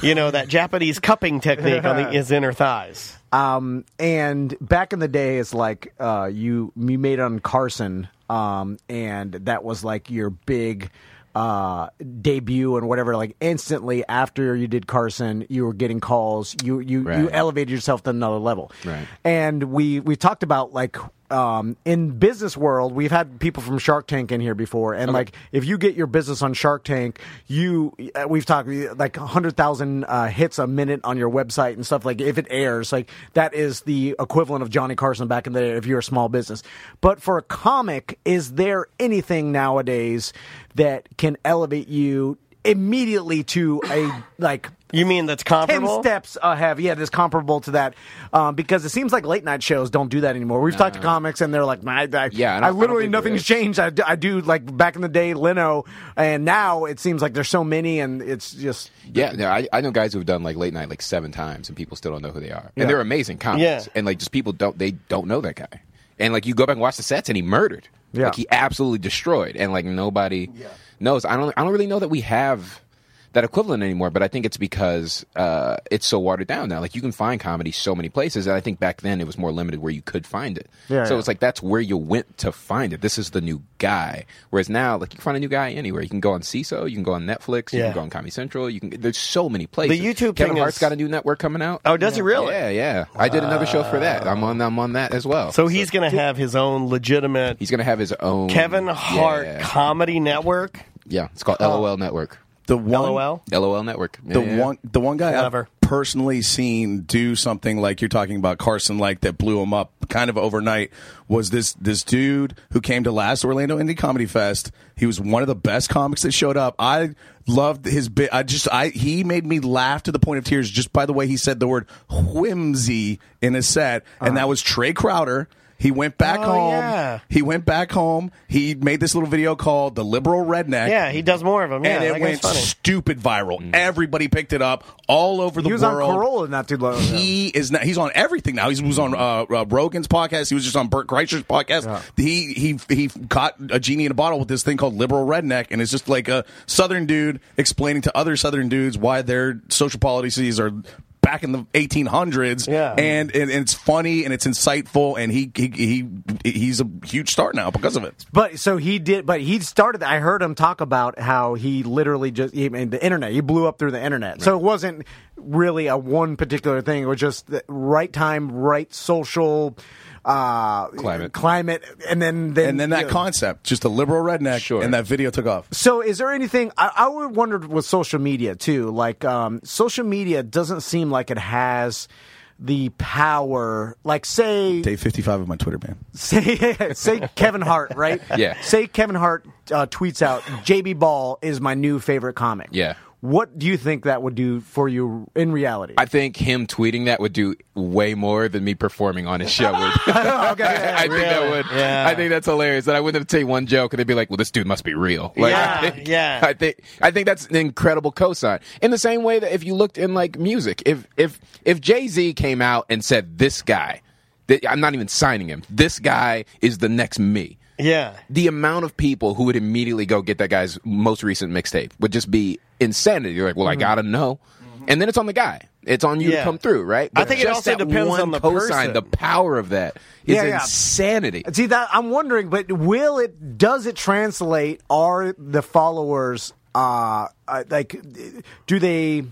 A: you know, that Japanese cupping technique on the, his inner thighs.
C: Um, and back in the day, it's like uh, you you made on Carson, um, and that was like your big uh debut and whatever like instantly after you did carson you were getting calls you you you
G: Right.
C: elevated yourself to another level
G: Right.
C: and we we talked about like um in business world we've had people from shark tank in here before and like if you get your business on shark tank you uh, we've talked uh, like 100000 uh, hits a minute on your website and stuff like if it airs like that is the equivalent of johnny carson back in the day if you're a small business but for a comic is there anything nowadays that can elevate you immediately to a like
A: You mean that's comparable?
C: Ten steps ahead. Yeah, that's comparable to that um, because it seems like late night shows don't do that anymore. We've talked to comics and they're like, "Man, I, I,
G: Yeah, I don't-
C: I
G: I don't
C: literally
G: think there
C: nothing's
G: is."
C: changed. I, do- I do like back in the day, Leno, and now it seems like there's so many, and it's just
G: Yeah, no, I, I know guys who've done like late night like seven times, and people still don't know who they are, and
C: Yeah.
G: they're amazing comics,
A: Yeah.
G: and like just people don't they don't know that guy, and like you go back and watch the sets, and he murdered,
C: Yeah.
G: like he absolutely destroyed, and like nobody knows. I don't I don't really know that we have that equivalent anymore, but I think it's because uh, it's so watered down now. Like you can find comedy so many places, and I think back then it was more limited where you could find it.
C: Yeah,
G: so
C: yeah.
G: it's like that's where you went to find it. This is the new guy. Whereas now, like you can find a new guy anywhere. You can go on CISO, you can go on Netflix, you
A: Yeah.
G: can go on Comedy Central. You can. There's so many places.
A: The YouTube
G: Kevin
A: thing
G: Hart's
A: is-
G: got a new network coming out.
A: Oh, does he really?
G: Yeah, yeah. I did another show for that. I'm on. I'm on that as well.
A: So he's going to have his own legitimate
G: he's gonna have his own
A: Kevin Hart
G: Yeah,
A: comedy network.
G: yeah. it's called LOL Network.
F: The one,
A: LOL.
G: LOL Network.
F: the
G: Yeah.
F: one, the one guy
A: Clever.
F: I've personally seen do something like you're talking about Carson, like that blew him up kind of overnight. Was this this dude who came to last Orlando Indie Comedy Fest? He was one of the best comics that showed up. I loved his bit. I just, I he made me laugh to the point of tears just by the way he said the word whimsy in a set, and that was Trey Crowder. He went back
A: Uh-huh. Oh,
F: home.
A: yeah.
F: He went back home. He made this little video called "The Liberal Redneck."
A: Yeah, he does more of them. Yeah,
F: and
A: that
F: it
A: guy's
F: went
A: funny.
F: stupid viral. Everybody picked it up all over the
C: he was
F: world.
C: on Corolla not too long. ago.
F: He is now. He's on everything now. He was on uh, uh, Rogan's podcast. He was just on Burt Kreischer's podcast. He he he caught a genie in a bottle with this thing called liberal redneck, and it's just like a Southern dude explaining to other Southern dudes why their social policies are back in the 1800s.
A: Yeah.
F: and, and, and it's funny and it's insightful, and he he, he he's a huge star now because of it.
C: But so he did. But he started. I heard him talk about how he literally just he, I mean, the internet. He blew up through the internet. So it wasn't really a one particular thing. It was just the right time, right social uh,
G: Climate.
C: climate, and then, then
F: And then
C: you
F: that
C: know.
F: concept, just a liberal redneck,
G: Sure.
F: and that video took off.
C: So, is there anything I, I would wondered with social media too? Like, um, social media doesn't seem like it has the power. Like, say,
F: Day 55 of my Twitter ban.
C: say, say Kevin Hart, right?
G: Yeah.
C: Say Kevin Hart uh, tweets out, "JB Ball is my new favorite comic."
G: Yeah.
C: What do you think that would do for you in reality?
G: I think him tweeting that would do way more than me performing on his show would.
C: okay,
G: I think that would. I think that's hilarious. That I wouldn't have taken one joke, and they'd be like, "Well, this dude must be real." Like,
H: Yeah,
G: I think,
H: yeah.
G: I think I think that's an incredible cosign. In the same way that if you looked in like music, if if if Jay Z came out and said, "This guy, th- I'm not even signing him. This guy is the next me."
H: Yeah.
G: the amount of people who would immediately go get that guy's most recent mixtape would just be insanity. You're like, well, I gotta know, and then it's on the guy. It's on you
H: Mm-hmm. Yeah.
G: to come through, right?
H: I think it
G: just
H: also
G: that
H: depends
G: one
H: on the
G: cosign,
H: person.
G: The power of that is
C: Yeah, yeah.
G: insanity.
C: See that I'm wondering, but will it? Does it translate? Are the followers uh, uh like? Do they?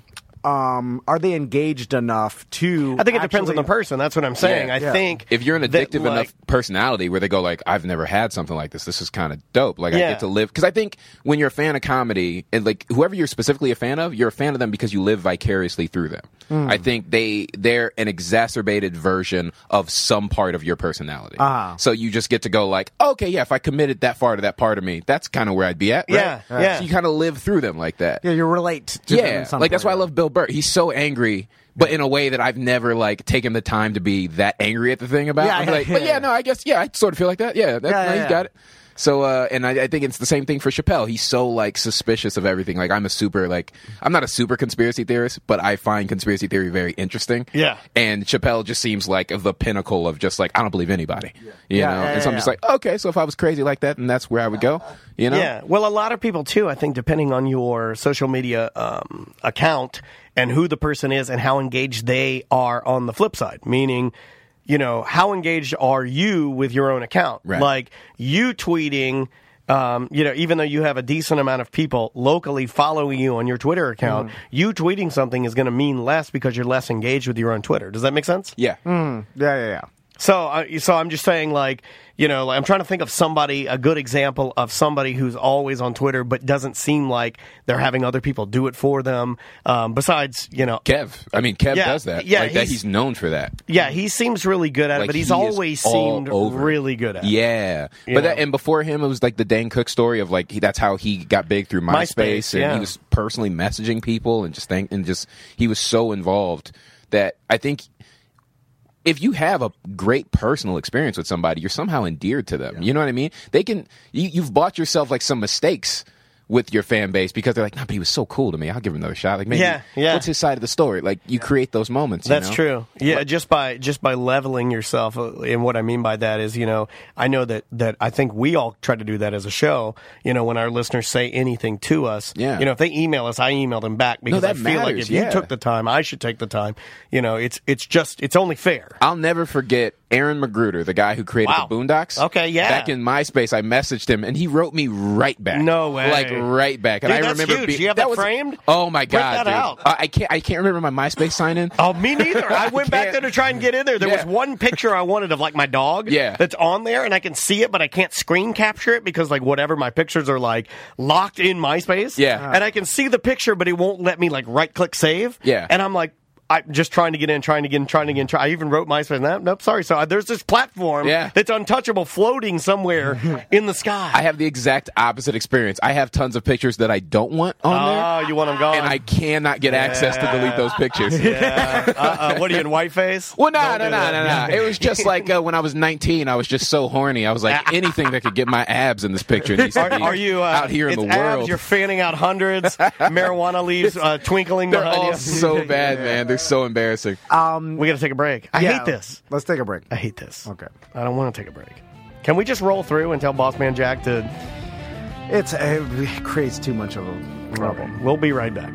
C: Um, are they engaged enough to?
A: I think it depends on the
C: actually-
A: person. That's what I'm saying.
G: Yeah,
A: I
C: yeah.
A: think
G: If you're an
A: that,
G: addictive
A: like-
G: enough personality where they go like, I've never had something like this. This is kind of dope. Like I
A: Yeah.
G: get to live because I think when you're a fan of comedy and like whoever you're specifically a fan of, you're a fan of them because you live vicariously through them.
A: Hmm.
G: I think they they're an exacerbated version of some part of your personality.
C: Uh-huh.
A: Ah.
G: So you just get to go like, okay, yeah, if I committed that far to that part of me, that's kind of where I'd be at. right?
A: Yeah, yeah.
G: So you kind of live through them like that
C: Yeah, you relate. To them in
G: yeah,
C: some
G: like that's why
C: way.
G: I love Bill Burr. He's so angry, but in a way that I've never like taken the time to be that angry at the thing about.
C: Yeah,
G: I'm
C: yeah,
G: like, but
C: yeah.
G: yeah, no, I guess yeah, I sort of feel like that. Yeah, that,
C: Yeah,
G: no,
C: yeah,
G: you
C: yeah.
G: got it. So, uh, and I, I think it's the same thing for Chappelle. He's so like suspicious of everything. Like I'm a super like I'm not a super conspiracy theorist, but I find conspiracy theory very interesting.
H: Yeah.
G: and Chappelle just seems like the pinnacle of just like I don't believe anybody. Yeah. You
C: Yeah,
G: know,
C: yeah,
G: and so I'm
C: yeah,
G: just
C: yeah.
G: like, okay, so if I was crazy like that, and that's where I would go. You know,
A: Yeah. Well, a lot of people too. I think depending on your social media um, account and who the person is and how engaged they are on the flip side, meaning. You know, how engaged are you with your own account?
G: Right.
A: Like you tweeting, um, you know, even though you have a decent amount of people locally following you on your Twitter account,
G: Mm-hmm.
A: you tweeting something is going to mean less because you're less engaged with your own Twitter. Does that make sense?
G: yeah.
C: Yeah, yeah, yeah.
A: So, I so I'm just saying, like, you know, like, I'm trying to think of somebody, a good example of somebody who's always on Twitter, but doesn't seem like they're having other people do it for them. Um, besides, you know,
G: Kev, I mean, Kev
A: Yeah,
G: does that.
A: yeah,
G: like that.
A: he's-
G: He's known for that.
A: yeah, he seems really good at it,
G: Like,
A: but he's
G: he is
A: always
G: all
A: seemed
G: over it.
A: really good at it.
G: Yeah,
A: You
G: but that,
A: know?
G: and before him, it was like the Dan Cook story of like he, that's how he got big through MySpace,
A: MySpace,
G: and
A: yeah.
G: he was personally messaging people and just think and just he was so involved that I think if you have a great personal experience with somebody, you're somehow endeared to them. You know what I mean? They can you, you've bought yourself like some mistakes. With your fan base because they're like, no, but he was so cool to me. I'll give him another shot. Like, maybe
A: Yeah, yeah.
G: what's his side of the story? Like, you create those moments. you
A: That's
G: know?
A: true. Yeah, just by just by leveling yourself, uh, and what I mean by that is, you know, I know that that I think we all try to do that as a show. You know, when our listeners say anything to us,
G: Yeah.
A: you know, if they email us, I email them back because I
G: that
A: feel like
G: matters,
A: if you
G: yeah.
A: took the time, I should take the time. You know, it's it's just it's only fair.
G: I'll never forget Aaron Magruder, the guy who created
A: Wow.
G: the Boondocks.
A: Okay, yeah.
G: Back in MySpace, I messaged him and he wrote me right back.
A: No way.
G: Like right back. And
A: Dude,
G: I
A: that's
G: remember
A: huge.
G: being-
A: You have that
G: was,
A: framed?
G: Oh my
A: Print
G: god,
A: that
G: dude.
A: out.
G: I I can't. I can't remember my MySpace sign in.
A: Oh, me neither. I
G: I
A: went back
G: can't-
A: there to try and get in there. There was
G: Yeah.
A: one picture I wanted of like my dog
G: Yeah.
A: that's on there and I can see it, but I can't screen capture it because like whatever my pictures are like locked in MySpace.
G: Yeah.
A: And I can see the picture, but it won't let me like right click save.
G: Yeah.
A: And I'm like, I'm just trying to get in, trying to get in, trying to get in. Try. I even wrote MySpace. Nope, nope, sorry. So I, there's this platform
G: Yeah.
A: that's untouchable floating somewhere in the sky.
G: I have the exact opposite experience. I have tons of pictures that I don't want on there.
A: oh, you want them gone?
G: And I cannot get access to delete those pictures.
A: uh, uh, what are you in whiteface?
G: Well, no, no, no, no, no. It was just like uh, when I was 19, I was just so horny. I was like, anything that could get my abs in this picture. needs to
A: Are,
G: be
A: are you uh,
G: out here in
A: it's
G: the
A: abs,
G: world?
A: You're fanning out hundreds. Marijuana leaves uh, twinkling
G: They're
A: behind
G: all
A: you.
G: so bad, man. They're so embarrassing.
A: we got to take a break. I
C: Um, Yeah,
A: hate this.
C: Let's take a break.
A: I hate this.
C: Okay.
A: I don't want to take a break. Can we just roll through and tell Bossman Jack to?
C: It's uh, it creates too much of a problem.
A: We'll be right back.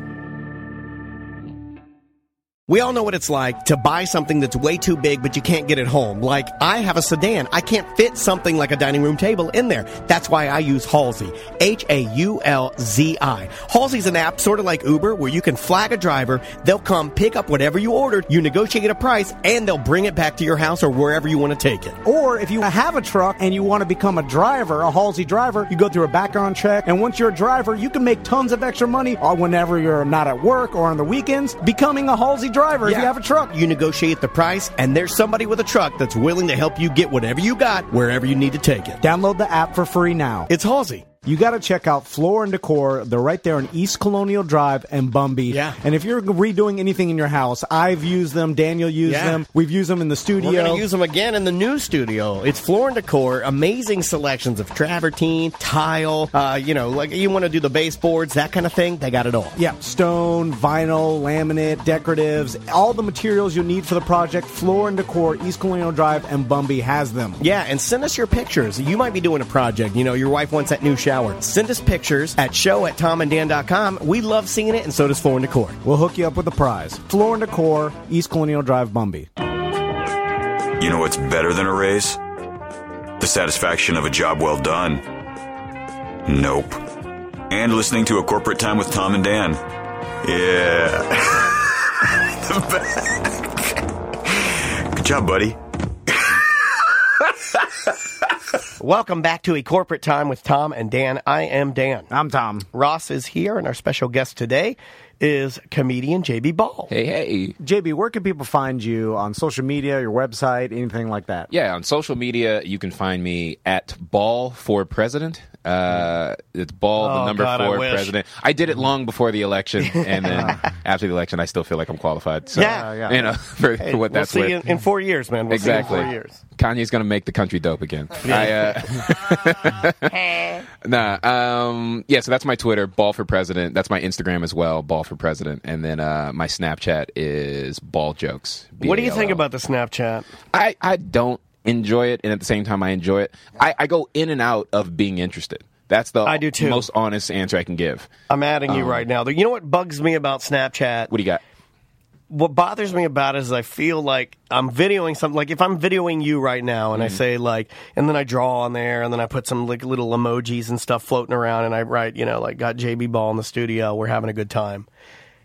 A: We all know what it's like to buy something that's way too big, but you can't get it home. Like, I have a sedan. I can't fit something like a dining room table in there. That's why I use Halsey. H-A-U-L-Z-I. Halsey's an app sort of like Uber where you can flag a driver. They'll come pick up whatever you ordered. You negotiate a price and they'll bring it back to your house or wherever you want to take it.
C: Or if you have a truck and you want to become a driver, a Halsey driver, you go through a background check. And once you're a driver, you can make tons of extra money or whenever you're not at work or on the weekends, becoming a Halsey driver if you
A: Yeah.
C: have a truck.
A: You negotiate the price and there's somebody with a truck that's willing to help you get whatever you got wherever you need to take it.
C: Download the app for free now.
A: It's Halsey.
C: You got to check out Floor and Decor. They're right there on East Colonial Drive and Bumby.
A: Yeah.
C: And if you're redoing anything in your house, I've used them. Daniel used
A: Yeah.
C: them. We've used them in the studio.
A: We're going to use them again in the new studio. It's floor and decor, amazing selections of travertine, tile, uh, you know, like you want to do the baseboards, that kind of thing. They got it all.
C: Yeah, stone, vinyl, laminate, decoratives, all the materials you'll need for the project. Floor and Decor, East Colonial Drive, and Bumby has them.
A: Yeah, and send us your pictures. You might be doing a project. You know, your wife wants that new shower. Send us pictures at show at tomanddan.com. We love seeing it, and so does Floor and Decor.
C: We'll hook you up with a prize. Floor and Decor, East Colonial Drive, Bumby.
D: You know what's better than a raise? The satisfaction of a job well done. Nope. And listening to a corporate time with Tom and Dan. Yeah. The back. Good job, buddy.
A: Welcome back to A Corporate Time with Tom and Dan. I am Dan.
C: I'm Tom.
A: Ross is here, and our special guest today is comedian JB Ball.
G: Hey, hey.
C: JB, where can people find you on social media, your website, anything like that?
G: Yeah, on social media, you can find me at Ball for President. Uh, it's Ball,
A: Oh,
G: the number
A: God, I
G: four
A: wish.
G: president. I did it long before the election, and then after the election, I still feel like I'm qualified. So,
A: Yeah.
C: Yeah, yeah.
G: you know, for, for what
A: we'll
G: that's
A: see
G: worth.
A: you in four years, man. We'll see you
G: exactly.
A: in four years.
G: Kanye's gonna make the country dope again. I, uh, nah. Um, yeah. So that's my Twitter, Ball for President. That's my Instagram as well, Ball for President. And then uh, my Snapchat is Ball Jokes.
A: What do you think
G: B A L L.
A: about the Snapchat?
G: I, I don't enjoy it, and at the same time, I enjoy it. I, I go in and out of being interested. That's the
A: I do too.
G: most honest answer I can give.
A: I'm adding you right now. You know what bugs me about Snapchat?
G: Um, What do you got?
A: what bothers me about it is I feel like I'm videoing something. Like if I'm videoing you right now, and I say like, and then I draw on there, and then I put some like little emojis and stuff floating around, and I write, you know, like got JB Ball in the studio, we're having a good time.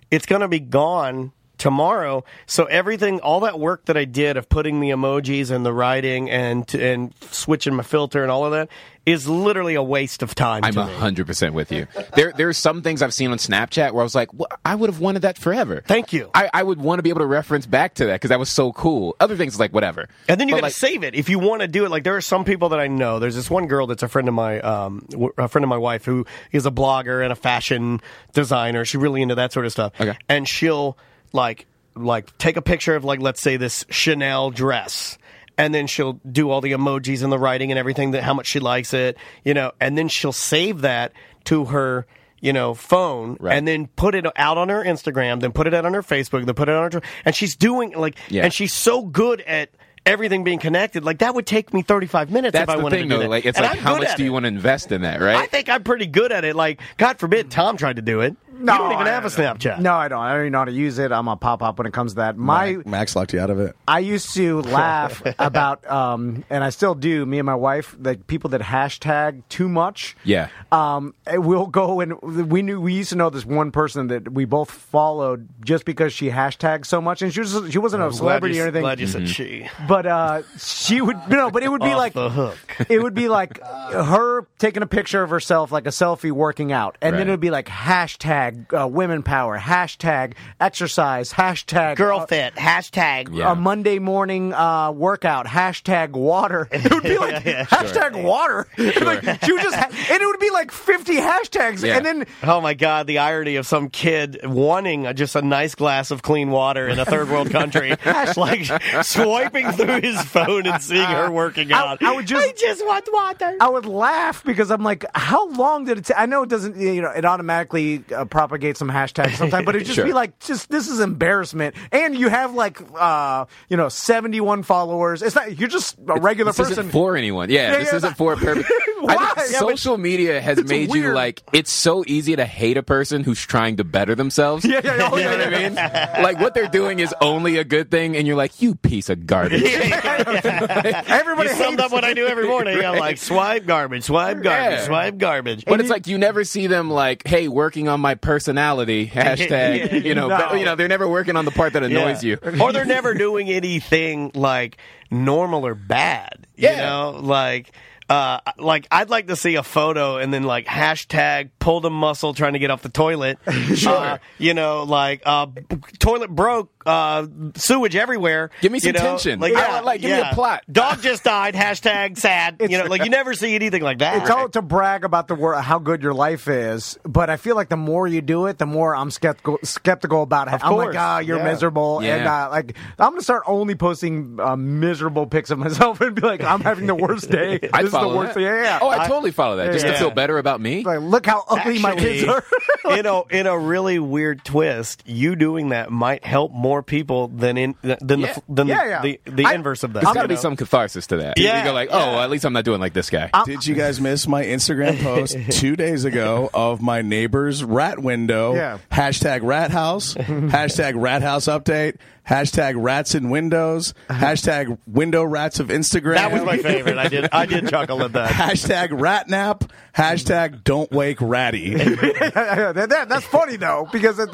A: It's gonna be gone tomorrow. So everything, all that work that I did of putting the emojis and the writing and and switching my filter and all of that is literally a waste of time.
G: I'm
A: to me.
G: hundred percent with you. There, there's some things I've seen on Snapchat where I was like, well, I would have wanted that forever.
A: Thank you.
G: I, I would want to be able to reference back to that because that was so cool. Other things is like whatever.
A: And then you
G: But,
A: got
G: like,
A: to save it if you want to do it. Like there are some people that I know. There's this one girl that's a friend of my um, w- a friend of my wife who is a blogger and a fashion designer. She's really into that sort of stuff.
G: Okay.
A: And she'll like like take a picture of like let's say this Chanel dress. And then she'll do all the emojis and the writing and everything that how much she likes it, you know. And then she'll save that to her, you know, phone,
G: Right.
A: and then put it out on her Instagram, then put it out on her Facebook, then put it on her. And she's doing like,
G: Yeah.
A: and she's so good at everything being connected. Like that would take me 35 minutes if
G: that's
A: I
G: the
A: wanted
G: thing
A: to do
G: though.
A: that.
G: Like it's
A: And
G: like
A: I'm
G: how
A: good
G: much
A: at
G: do you
A: it.
G: want to invest in that, right?
A: I think I'm pretty good at it. Like, God forbid Tom tried to do it. you don't even
C: I-
A: have a Snapchat.
C: No, I don't. I don't even know how to use it. I'm a pop up when it comes to that. My
F: Max locked you out of it.
C: I used to laugh about, um, and I still do. Me and my wife, like people that hashtag too much.
G: Yeah.
C: Um, and we'll go and we knew we used to know this one person that we both followed just because she hashtagged so much, and she was she wasn't a
A: Glad you-
C: celebrity or anything.
A: Glad you said she.
C: but uh, she would no, but it would be
A: Off
C: like
A: the hook.
C: it would be like uh, her taking a picture of herself, like a selfie, working out, and then
G: Right.
C: it would be like hashtag uh, women power, hashtag exercise, hashtag
A: Girl
C: uh,
A: fit. Hashtag.
G: Yeah.
C: a Monday morning uh, workout hashtag water. It would be like hashtag water. like, she would just, ha- and it would be like fifty hashtags,
G: Yeah.
C: and then
A: Oh my God! The irony of some kid wanting a, just a nice glass of clean water in a third world country, like swiping through his phone and seeing her working
C: I-
A: out.
C: I would just-
A: I just want water.
C: I would laugh because I'm like, how long did it? ta- I know it doesn't, you know, it automatically uh, propagates some hashtags sometimes, but it'd just
G: Sure.
C: be like, just this is embarrassment, and you have like, uh, you know, seventy one followers. It's not you're just a regular
G: this
C: person.
G: isn't for anyone. Yeah,
C: Yeah,
G: this
C: yeah.
G: isn't for a purpose.
C: Why?
G: I think
C: Yeah, but
G: social media has
C: it's
G: made you
C: weird.
G: like it's so easy to hate a person who's trying to better themselves.
C: yeah, yeah, yeah, oh,
G: You
C: yeah,
G: know what I
C: yeah.
G: mean? Like what they're doing is only a good thing, and you're like, you piece of garbage.
C: Everybody
A: You summed
C: hates
A: up what I do every morning. I'm like, swipe garbage, swipe garbage,
G: Yeah.
A: swipe garbage.
G: But it's like you never see them like, hey, working on my personality hashtag. You know,
C: No.
G: but, you know, they're never working on the part that
A: Yeah.
G: annoys you.
A: or they're never doing anything like normal or bad. You
G: Yeah.
A: know, like
H: uh, like I'd like to see a photo and then like hashtag pulled a muscle trying to get off the toilet. sure. you know, like uh, b- toilet broke, uh, sewage everywhere.
G: Give me
H: you
G: some
H: know?
G: tension. I would like- give me a plot.
H: Dog just died. Hashtag sad. you know, like you never see anything like that.
C: It's all to brag about the wor- how good your life is, but I feel like the more you do it, the more I'm skeptical skeptical about it. I'm
H: course.
C: like, ah, you're
H: Yeah.
C: miserable, and
G: Yeah.
C: uh, like I'm gonna start only posting uh, miserable pics of myself and be like, I'm having the worst day.
G: I'd
C: this is the
G: follow
C: worst
G: that.
C: day. Yeah, yeah.
G: Oh, I, totally follow that. Just
H: Yeah.
G: to feel better about me.
C: like, look how ugly my kids are.
H: you know, in a really weird twist, you doing that might help more people than in than
G: Yeah.
H: the than
C: Yeah, yeah.
H: the, the
C: I-
H: inverse of that.
C: There's
G: There's
H: you
G: got to be
H: know?
G: some catharsis to that.
H: Yeah,
G: You go like, oh,
H: yeah.
G: well, at least I'm not doing like this guy.
F: Did you guys miss my Instagram post two days ago of my neighbor's rat window?
C: Yeah.
F: Hashtag rat house. hashtag rat house update. Hashtag rats in windows. Hashtag window rats of Instagram.
H: That was my favorite. I did I did chuckle at that.
F: Hashtag rat nap. Hashtag don't wake ratty.
C: That- that- that's funny though because it,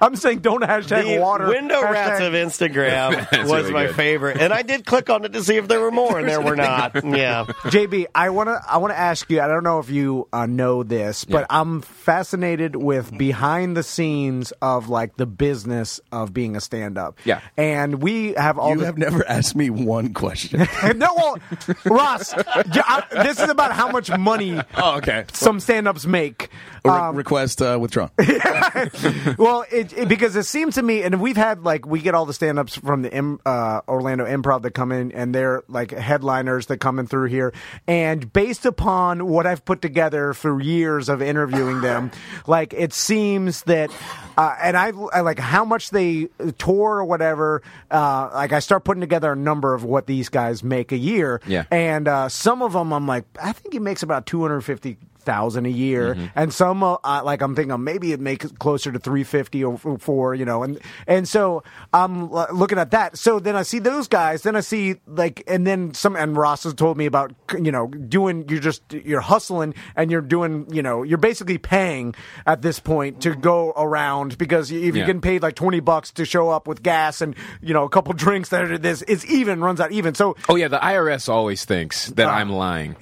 C: I'm saying don't hashtag
H: the
C: water.
H: window
C: hashtag-
H: rats of Instagram was
G: really
H: my
G: good.
H: favorite, and I did click on it to see if there were more, and there were not. Yeah,
C: JB, I want to I want to ask you. I don't know if you uh, know this, but I'm fascinated with behind the scenes of like the business of being a stand up.
G: Yeah.
C: and we have all.
F: you
C: the,
F: have never asked me one question.
C: no, well, Ross, j- I- this is about how much money
G: oh, okay.
C: some stand ups make.
F: Re- request uh, withdrawn.
C: well, it, it- because it seems to me, and we've had like we get all the stand-ups from the Im, uh, Orlando Improv that come in, and they're like headliners that come in through here. And based upon what I've put together for years of interviewing them, like it seems that, uh, and I, I like how much they tour or whatever. Uh, like I start putting together a number of what these guys make a year,
G: Yeah.
C: and uh, some of them I'm like, I think he makes about two hundred fifty thousand a year, and some uh, uh, like I'm thinking maybe it makes closer to three fifty or f- four, you know, and and so I'm l- looking at that. So then I see those guys, then I see like, and then some, and Ross has told me about you know doing you're just you're hustling and you're doing you know you're basically paying at this point to go around because if you
G: Yeah.
C: can pay paid like 20 bucks to show up with gas and you know a couple drinks that are this is even runs out even so
G: Oh yeah, the IRS always thinks that I'm lying.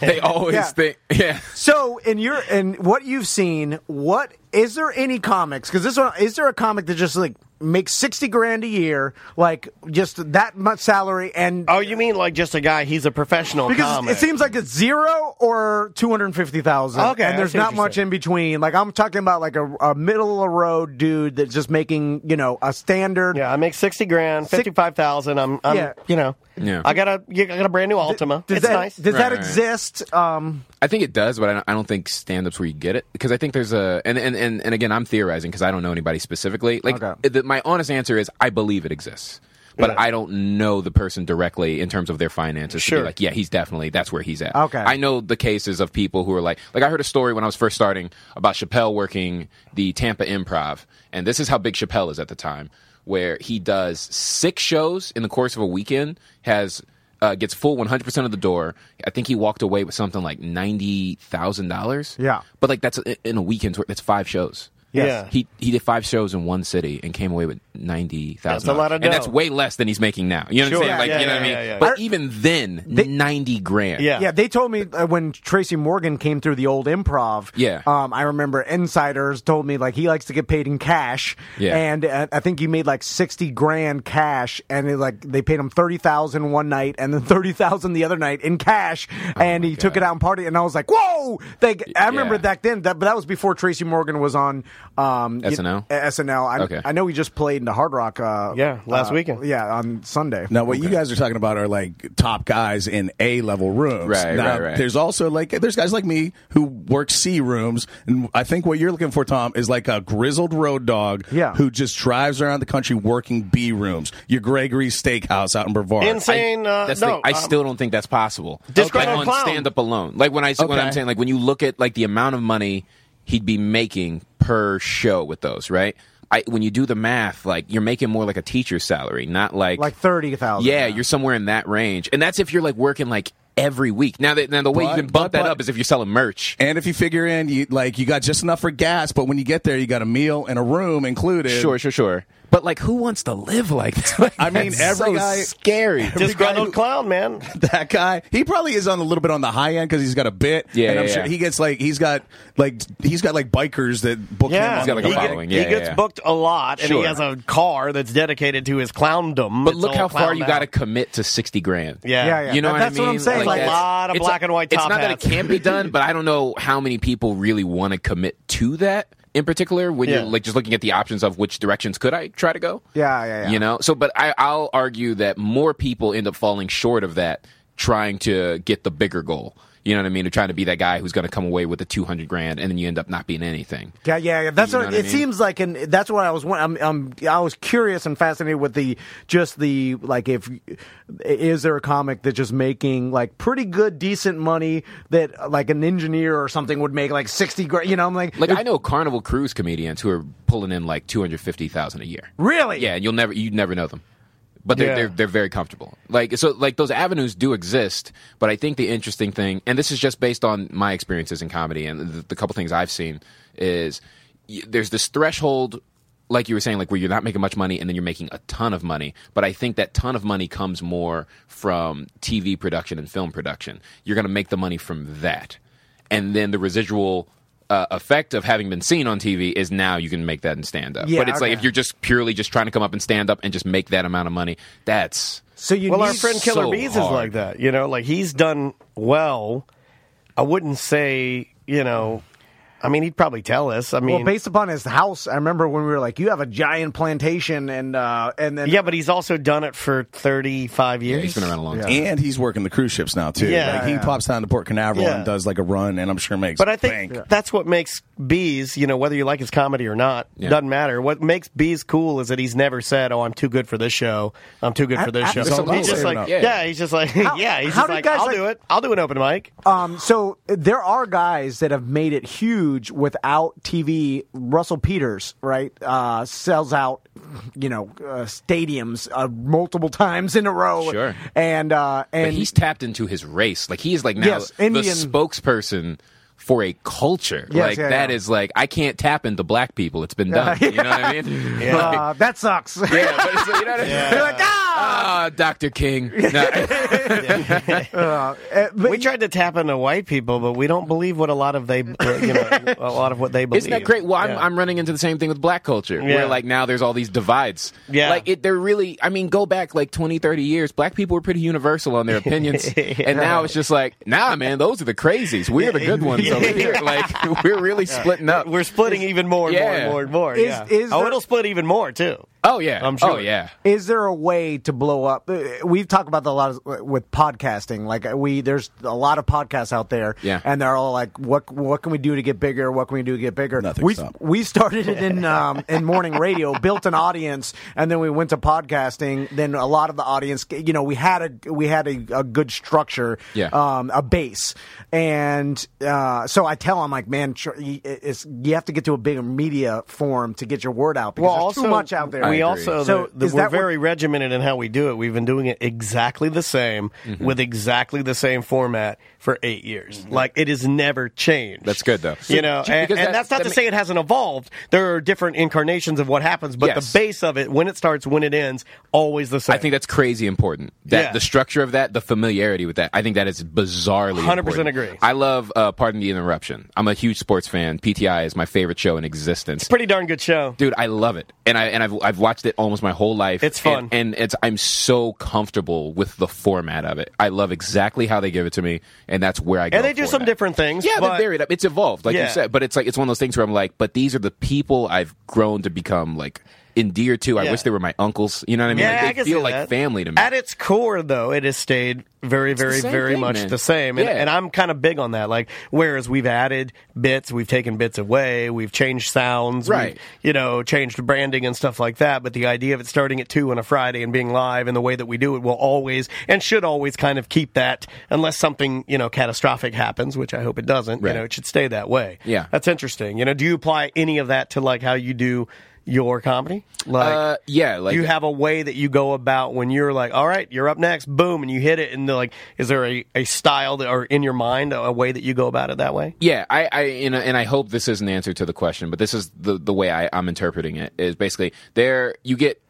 G: they always
C: Yeah.
G: think, yeah.
C: So, in your in what you've seen, what is there any comics? Because this one is there a comic that just like makes sixty grand a year, like just that much salary, and
H: Oh, you mean like just a guy? He's a professional
C: because
H: comic.
C: it seems like it's zero or two hundred fifty thousand.
H: Okay,
C: and there's
H: I see what
C: not
H: you're
C: much
H: saying.
C: in between. Like I'm talking about like a, a middle of the road dude that's just making you know a standard.
H: yeah, I make sixty grand, fifty five thousand. I'm, I'm
C: Yeah.
H: you know,
G: Yeah.
H: I got a, I got a brand new Altima.
C: Does
H: it's
C: that,
H: nice.
C: Does that
G: Right, right.
C: exist? Um,
G: I think it does, but I don't, I don't think stand-up's where you get it because I think there's a and and and, and again I'm theorizing because I don't know anybody specifically. Like
C: Okay.
G: the, my honest answer is I believe it exists, but I don't know the person directly in terms of their finances. to be
H: Sure.
G: like yeah, he's definitely that's where he's at.
C: Okay.
G: I know the cases of people who are like like I heard a story when I was first starting about Chappelle working the Tampa Improv, and this is how big Chappelle is at the time, where he does six shows in the course of a weekend has uh, gets full 100% of the door. I think he walked away with something like $90,000.
C: Yeah.
G: But like that's in a weekend's work. That's five shows.
H: Yes. Yeah.
G: He he did five shows in one city and came away with 90,000.
H: That's a lot of
G: And that's
H: dough.
G: way less than he's making now. You know
H: Sure.
G: what I'm saying? Like,
H: Yeah,
G: you know
H: yeah,
G: what I mean?
H: yeah, yeah.
G: But even then, 90 grand.
H: Yeah.
C: Yeah, they told me uh, when Tracy Morgan came through the old improv.
G: Yeah.
C: um, I remember insiders told me like he likes to get paid in cash.
G: Yeah.
C: and uh, I think he made like sixty grand cash, and it, like they paid him thirty thousand one night, and then thirty thousand the other night in cash, and he took it out and party, and I was like, whoa! Like I remember
G: Oh Yeah.
C: back then, that, but that was before Tracy Morgan was on um, you-
G: SNL?
C: SNL. I,
G: Okay.
C: I know he just played in the Hard Rock. Uh,
H: Yeah, last
C: uh,
H: weekend.
C: Yeah, on Sunday.
F: Now, what you guys are talking about are like top guys in A level rooms.
G: Right,
F: now,
G: right, right.
F: There's also like there's guys like me who work C rooms, and I think what you're looking for, Tom, is like a grizzled road dog
C: Yeah.
F: who just drives around the country working B rooms. Your Gregory's Steakhouse out in Brevard.
H: Insane. uh,
G: That's
H: no,
G: the, I
H: um,
G: still don't think that's possible.
H: Disgruntled
G: like
H: clown.
G: on stand up alone. Like when I when
F: Okay.
G: I'm saying like when you look at like the amount of money he'd be making per show with those, right? I when you do the math, like you're making more like a teacher's salary, not like
C: Like thirty thousand.
G: Yeah, you're somewhere in that range, and that's if you're like working like every week. Now, that, now the way
F: But-
G: you can bump
F: but-
G: that
F: but-
G: up is if you're selling merch.
F: and if you figure in, you like you got just enough for gas, but when you get there, you got a meal and a room included.
G: Sure, sure, sure. But like, who wants to live like that? Like,
F: I mean,
G: that's
F: every
G: so
F: guy-
G: scary.
A: Disgruntled clown, man.
F: that guy. He probably is on a little bit on the high end because he's got a bit.
G: Yeah,
F: and I'm
G: yeah,
F: sure
G: yeah.
F: he gets like he's got like he's got like bikers that book him.
A: Yeah,
F: on
G: got, like,
F: the
G: a
A: he,
F: weekend.
G: following.
A: he
G: Yeah, yeah,
A: gets
G: yeah.
A: booked a lot, and
G: Sure.
A: he has a car that's dedicated to his clowndom.
G: But
A: It's
G: look
A: all
G: how far
A: clowned
G: you got to
A: out.
G: commit to sixty grand.
A: Yeah,
C: Yeah, yeah.
G: You know
C: That-
G: what
C: that's
G: I mean?
C: what I'm saying, like,
G: that's-
A: a lot of
G: it's
A: black and white
G: It's
A: top
G: not
A: hats.
G: that it can't be done, but I don't know how many people really want to commit to that in particular. When
A: Yeah.
G: you're like just looking at the options of which directions could I try to go?
C: Yeah, yeah, yeah.
G: You know. So, but I, I'll argue that more people end up falling short of that, trying to get the bigger goal. You know what I mean? Or trying to be that guy who's going to come away with the two hundred grand, and then you end up not being anything.
C: Yeah, yeah, yeah. That's
G: You know
C: what,
G: what I
C: it
G: mean?
C: seems like, and that's what I was. wa- I'm, I'm, I was curious and fascinated with the just the like if is there a comic that just making like pretty good, decent money that uh, like an engineer or something would make like sixty grand. You know, I'm like,
G: Like I know Carnival Cruise comedians who are pulling in like two hundred fifty thousand a year.
C: really?
G: Yeah, and you'll never you never know them. But they're,
A: Yeah.
G: they're they're very comfortable. Like so, like those avenues do exist. But I think the interesting thing, and this is just based on my experiences in comedy and the, the couple things I've seen, is y- there's this threshold, like you were saying, like where you're not making much money and then you're making a ton of money. But I think that ton of money comes more from TV production and film production. You're going to make the money from that, and then the residual. Uh, effect of having been seen on TV is now you can make that in stand up.
C: Yeah,
G: but it's like
C: okay.
G: if you're just purely just trying to come up and stand up and just make that amount of money. That's
C: So you
A: Well,
C: need
A: our friend Killer
G: so
A: Bees is
G: hard.
A: like that. You know, like he's done well. I wouldn't say, you know, I mean, he'd probably tell us. I mean,
C: well, based upon his house, I remember when we were like, you have a giant plantation, and uh, and then
A: yeah, but he's also done it for 35 years.
G: yeah, he's been around a long time.
F: And he's working the cruise ships now too.
A: Yeah,
F: like, he
A: yeah.
F: pops down to Port Canaveral
A: Yeah.
F: and does like a run, and I'm sure makes.
A: But I think
F: bank.
A: that's what makes Bees, you know, whether you like his comedy or not,
G: Yeah.
A: doesn't matter. What makes Bees cool is that he's never said, "Oh, I'm too good for this show. I'm too good for this
C: I-
A: show."
C: he's
F: all about
A: he's just
F: saving
A: like,
F: up.
A: yeah.
G: Yeah.
A: he's just like, yeah, he's
C: how
A: just
C: do
A: like,
C: guys
A: I'll
C: like-
A: do it. I'll do an open mic.
C: Um, so there are guys that have made it huge without TV. Russell Peters, right, uh, sells out, you know, uh, stadiums uh, multiple times in a row.
G: Sure.
C: and uh,
G: But
C: and
G: he's tapped into his race. Like he is like now
C: Yes,
G: the
C: Indian-
G: spokesperson for a culture.
C: Yes,
G: like that
C: yeah,
G: is
C: yeah.
G: like I can't tap into black people. It's been done. You know what I mean? Yeah.
C: uh, that sucks.
G: yeah, but it's, you know what I mean?
C: They're like, ah!
G: Ah, Dr. King. No.
A: we tried to tap into white people, but we don't believe what a lot of they, uh, you know, a lot of what they believe.
G: Isn't that great? Well, I'm,
A: Yeah.
G: I'm running into the same thing with black culture,
A: Yeah.
G: where like now there's all these divides.
A: Yeah.
G: Like it, they're really, I mean, go back like 20, 30 years, black people were pretty universal on their opinions. and now it's just like, nah, man, those are the crazies. We're the good ones over here. Like we're really splitting up.
A: We're splitting even more and
G: Yeah.
A: more and more and more.
C: Is-
A: yeah.
C: is
A: oh,
C: there-
A: it'll split even more too.
G: Oh, yeah.
A: I'm sure.
G: Oh, yeah.
C: Is there a way to blow up? uh, We've talked about that a lot of- uh, with podcasting. Like uh, we, there's a lot of podcasts out there,
G: Yeah.
C: and they're all like, "What what can we do to get bigger? What can we do to get bigger?"
F: Nothing
C: We
F: stop.
C: we started it in um, in morning radio, built an audience, and then we went to podcasting. Then a lot of the audience, you know, we had a we had a, a good structure,
G: Yeah.
C: um, a base, and uh, so I tell them like, "Man, tr- y- it's, you have to get to a bigger media form to get your word out because there's too much out there."
G: agree.
A: We also
C: So
A: the,
C: is
A: the, we're
C: that what-
A: very regimented in how we do it. We've been doing it exactly the same
G: Mm-hmm.
A: with exactly the same format for eight years. Like it has never changed.
G: That's good, though.
A: You know,
G: Because
A: and, and
G: that-
A: that's not
G: that
A: to
G: ma-
A: say it hasn't evolved. There are different incarnations of what happens, but
G: Yes.
A: the base of it, when it starts, when it ends, always the same.
G: I think that's crazy important. That
A: Yeah.
G: the structure of that, the familiarity with that, I think that is bizarrely.
A: 100%
G: important.
A: agree.
G: I love. Uh, Pardon the interruption. I'm a huge sports fan. PTI is my favorite show in existence.
A: pretty darn good show.
G: dude i love it and i and i've i've watched it almost my whole life
A: It's fun.
G: and, and it's i'm so comfortable with the format of it i love exactly how they give it to me and that's where i go
A: And they do
G: for
A: some
G: that.
A: different things.
G: yeah
A: but-
G: they varied up it's evolved like
A: Yeah.
G: you said but it's like it's one of those things where i'm like but these are the people i've grown to become like endeared to i
A: Yeah.
G: wish they were my uncles you know what i mean
A: Yeah,
G: like, they
A: I can
G: feel
A: see
G: like
A: that.
G: family to me
A: At its core, though, it has stayed very, very,
G: same
A: very
G: thing,
A: much
G: man.
A: the same. And,
G: Yeah.
A: and I'm kind of big on that. Like, whereas we've added bits, we've taken bits away, we've changed sounds,
G: Right.
A: We've, you know, changed branding and stuff like that. But the idea of it starting at two on a Friday and being live and the way that we do it will always and should always kind of keep that, unless something you know catastrophic happens, which I hope it doesn't. You
G: Right.
A: know, it should stay that way.
G: Yeah.
A: that's interesting. You know, do you apply any of that to like how you do? your comedy? Like,
G: Uh, yeah, like
A: you have a way that you go about when you're like, all right, you're up next, boom, and you hit it, and they're like, is there a, a style that, or in your mind a, a way that you go about it that way?
G: Yeah, I, I and, and I hope this is an answer to the question, but this is the the way I, I'm interpreting it is basically there you get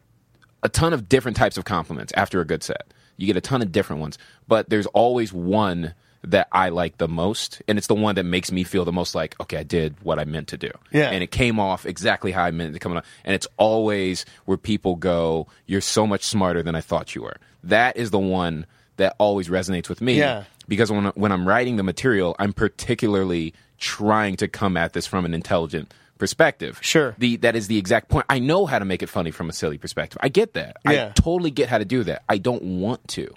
G: a ton of different types of compliments after a good set. You get a ton of different ones, but there's always one that I like the most, and it's the one that makes me feel the most like, okay, I did what I meant to do.
A: Yeah.
G: And it came off exactly how I meant it coming off. And it's always where people go, You're so much smarter than I thought you were. That is the one that always resonates with me
A: Yeah.
G: because when when I'm writing the material, I'm particularly trying to come at this from an intelligent perspective.
A: Sure.
G: the that is the exact point. I know how to make it funny from a silly perspective. I get that.
A: Yeah.
G: I totally get how to do that. I don't want to.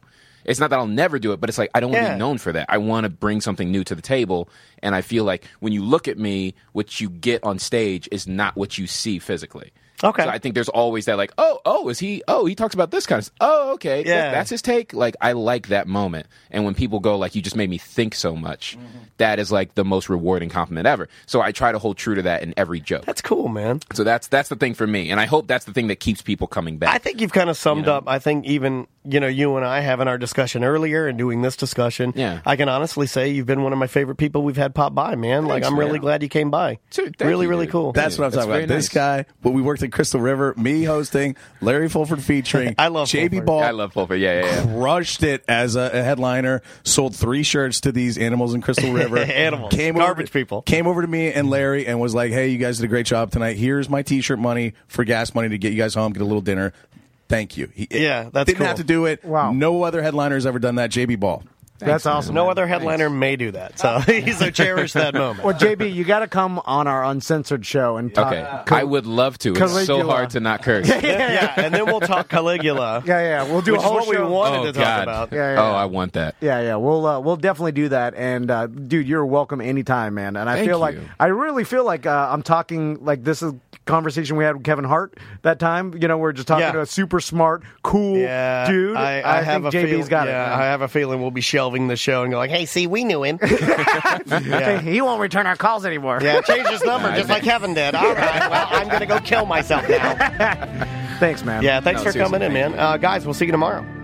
G: It's not that I'll never do it, but it's like I don't want to
A: Yeah.
G: be known for that. I want to bring something new to the table, and I feel like when you look at me, what you get on stage is not what you see physically.
A: Okay.
G: So I think there's always that like, oh, oh, is he? Oh, he talks about this kind of. s- Oh, okay,
A: Yeah.
G: that's his take. Like I like that moment, and when people go like, you just made me think so much,
A: Mm-hmm.
G: that is like the most rewarding compliment ever. So I try to hold true to that in every joke.
A: That's cool, man.
G: so that's that's the thing for me, and I hope that's the thing that keeps people coming back.
A: I think you've kind of summed up. I think even you know you and I having our discussion earlier and doing this discussion.
G: Yeah.
A: I can honestly say you've been one of my favorite people we've had pop by, man. like
G: Thanks,
A: I'm really
G: man.
A: glad you came by.
G: Dude, thank
A: really,
G: you,
A: really
G: dude.
A: cool.
F: That's what I'm
G: That's
F: talking about.
G: very
F: This
G: nice.
F: guy, but we worked at Crystal River, me hosting, Larry Fulford featuring.
A: I love
F: JB
A: Fulford.
F: Ball.
G: I love Pulver. Yeah, yeah, yeah.
F: Crushed it as a, a headliner. Sold three shirts to these animals in Crystal River.
A: Animals. Garbage
F: over,
A: people.
F: Came over to me and Larry and was like, "Hey, you guys did a great job tonight. Here's my T-shirt money for gas money to get you guys home, get a little dinner. Thank you." He,
A: Yeah, that's
F: didn't
A: cool.
F: have to do it.
C: Wow.
F: No other headliner has ever done that. JB Ball.
C: That's awesome.
A: no other headliner may do that, so so cherish that moment.
C: Well, JB, you got to come on our uncensored show and
A: Uh,
C: talk.
G: Okay, I would love to. It's so
C: Caligula.
G: hard to not curse.
A: yeah, and then we'll talk Caligula.
C: Yeah, yeah, we'll do
A: which
C: a whole
A: is what
C: show.
A: we wanted
G: oh
A: to talk
G: God!
A: about.
C: Yeah, yeah,
G: Oh,
C: yeah.
G: I want that.
C: Yeah, yeah, we'll uh, we'll definitely do that. And uh, dude, you're welcome anytime, man. And I
G: Thank
C: feel like
G: you.
C: I really feel like uh, I'm talking like this is conversation we had with Kevin Hart that time. You know, we're just talking
A: Yeah.
C: to a super smart, cool
A: Yeah,
C: dude.
A: I, I have
C: think
A: a
C: JB's
A: feel,
C: got
A: yeah,
C: it.
A: I have a feeling we'll be shelving the show and going, "Hey, see, we knew him.
C: man. He won't return our calls anymore.
A: yeah, change his number just like Kevin did. All right, well, I'm gonna go kill myself now."
C: Thanks, man.
A: Yeah, thanks
G: No,
A: for coming
G: seriously,
A: in,
G: thank
A: man. Uh, guys, we'll see you tomorrow.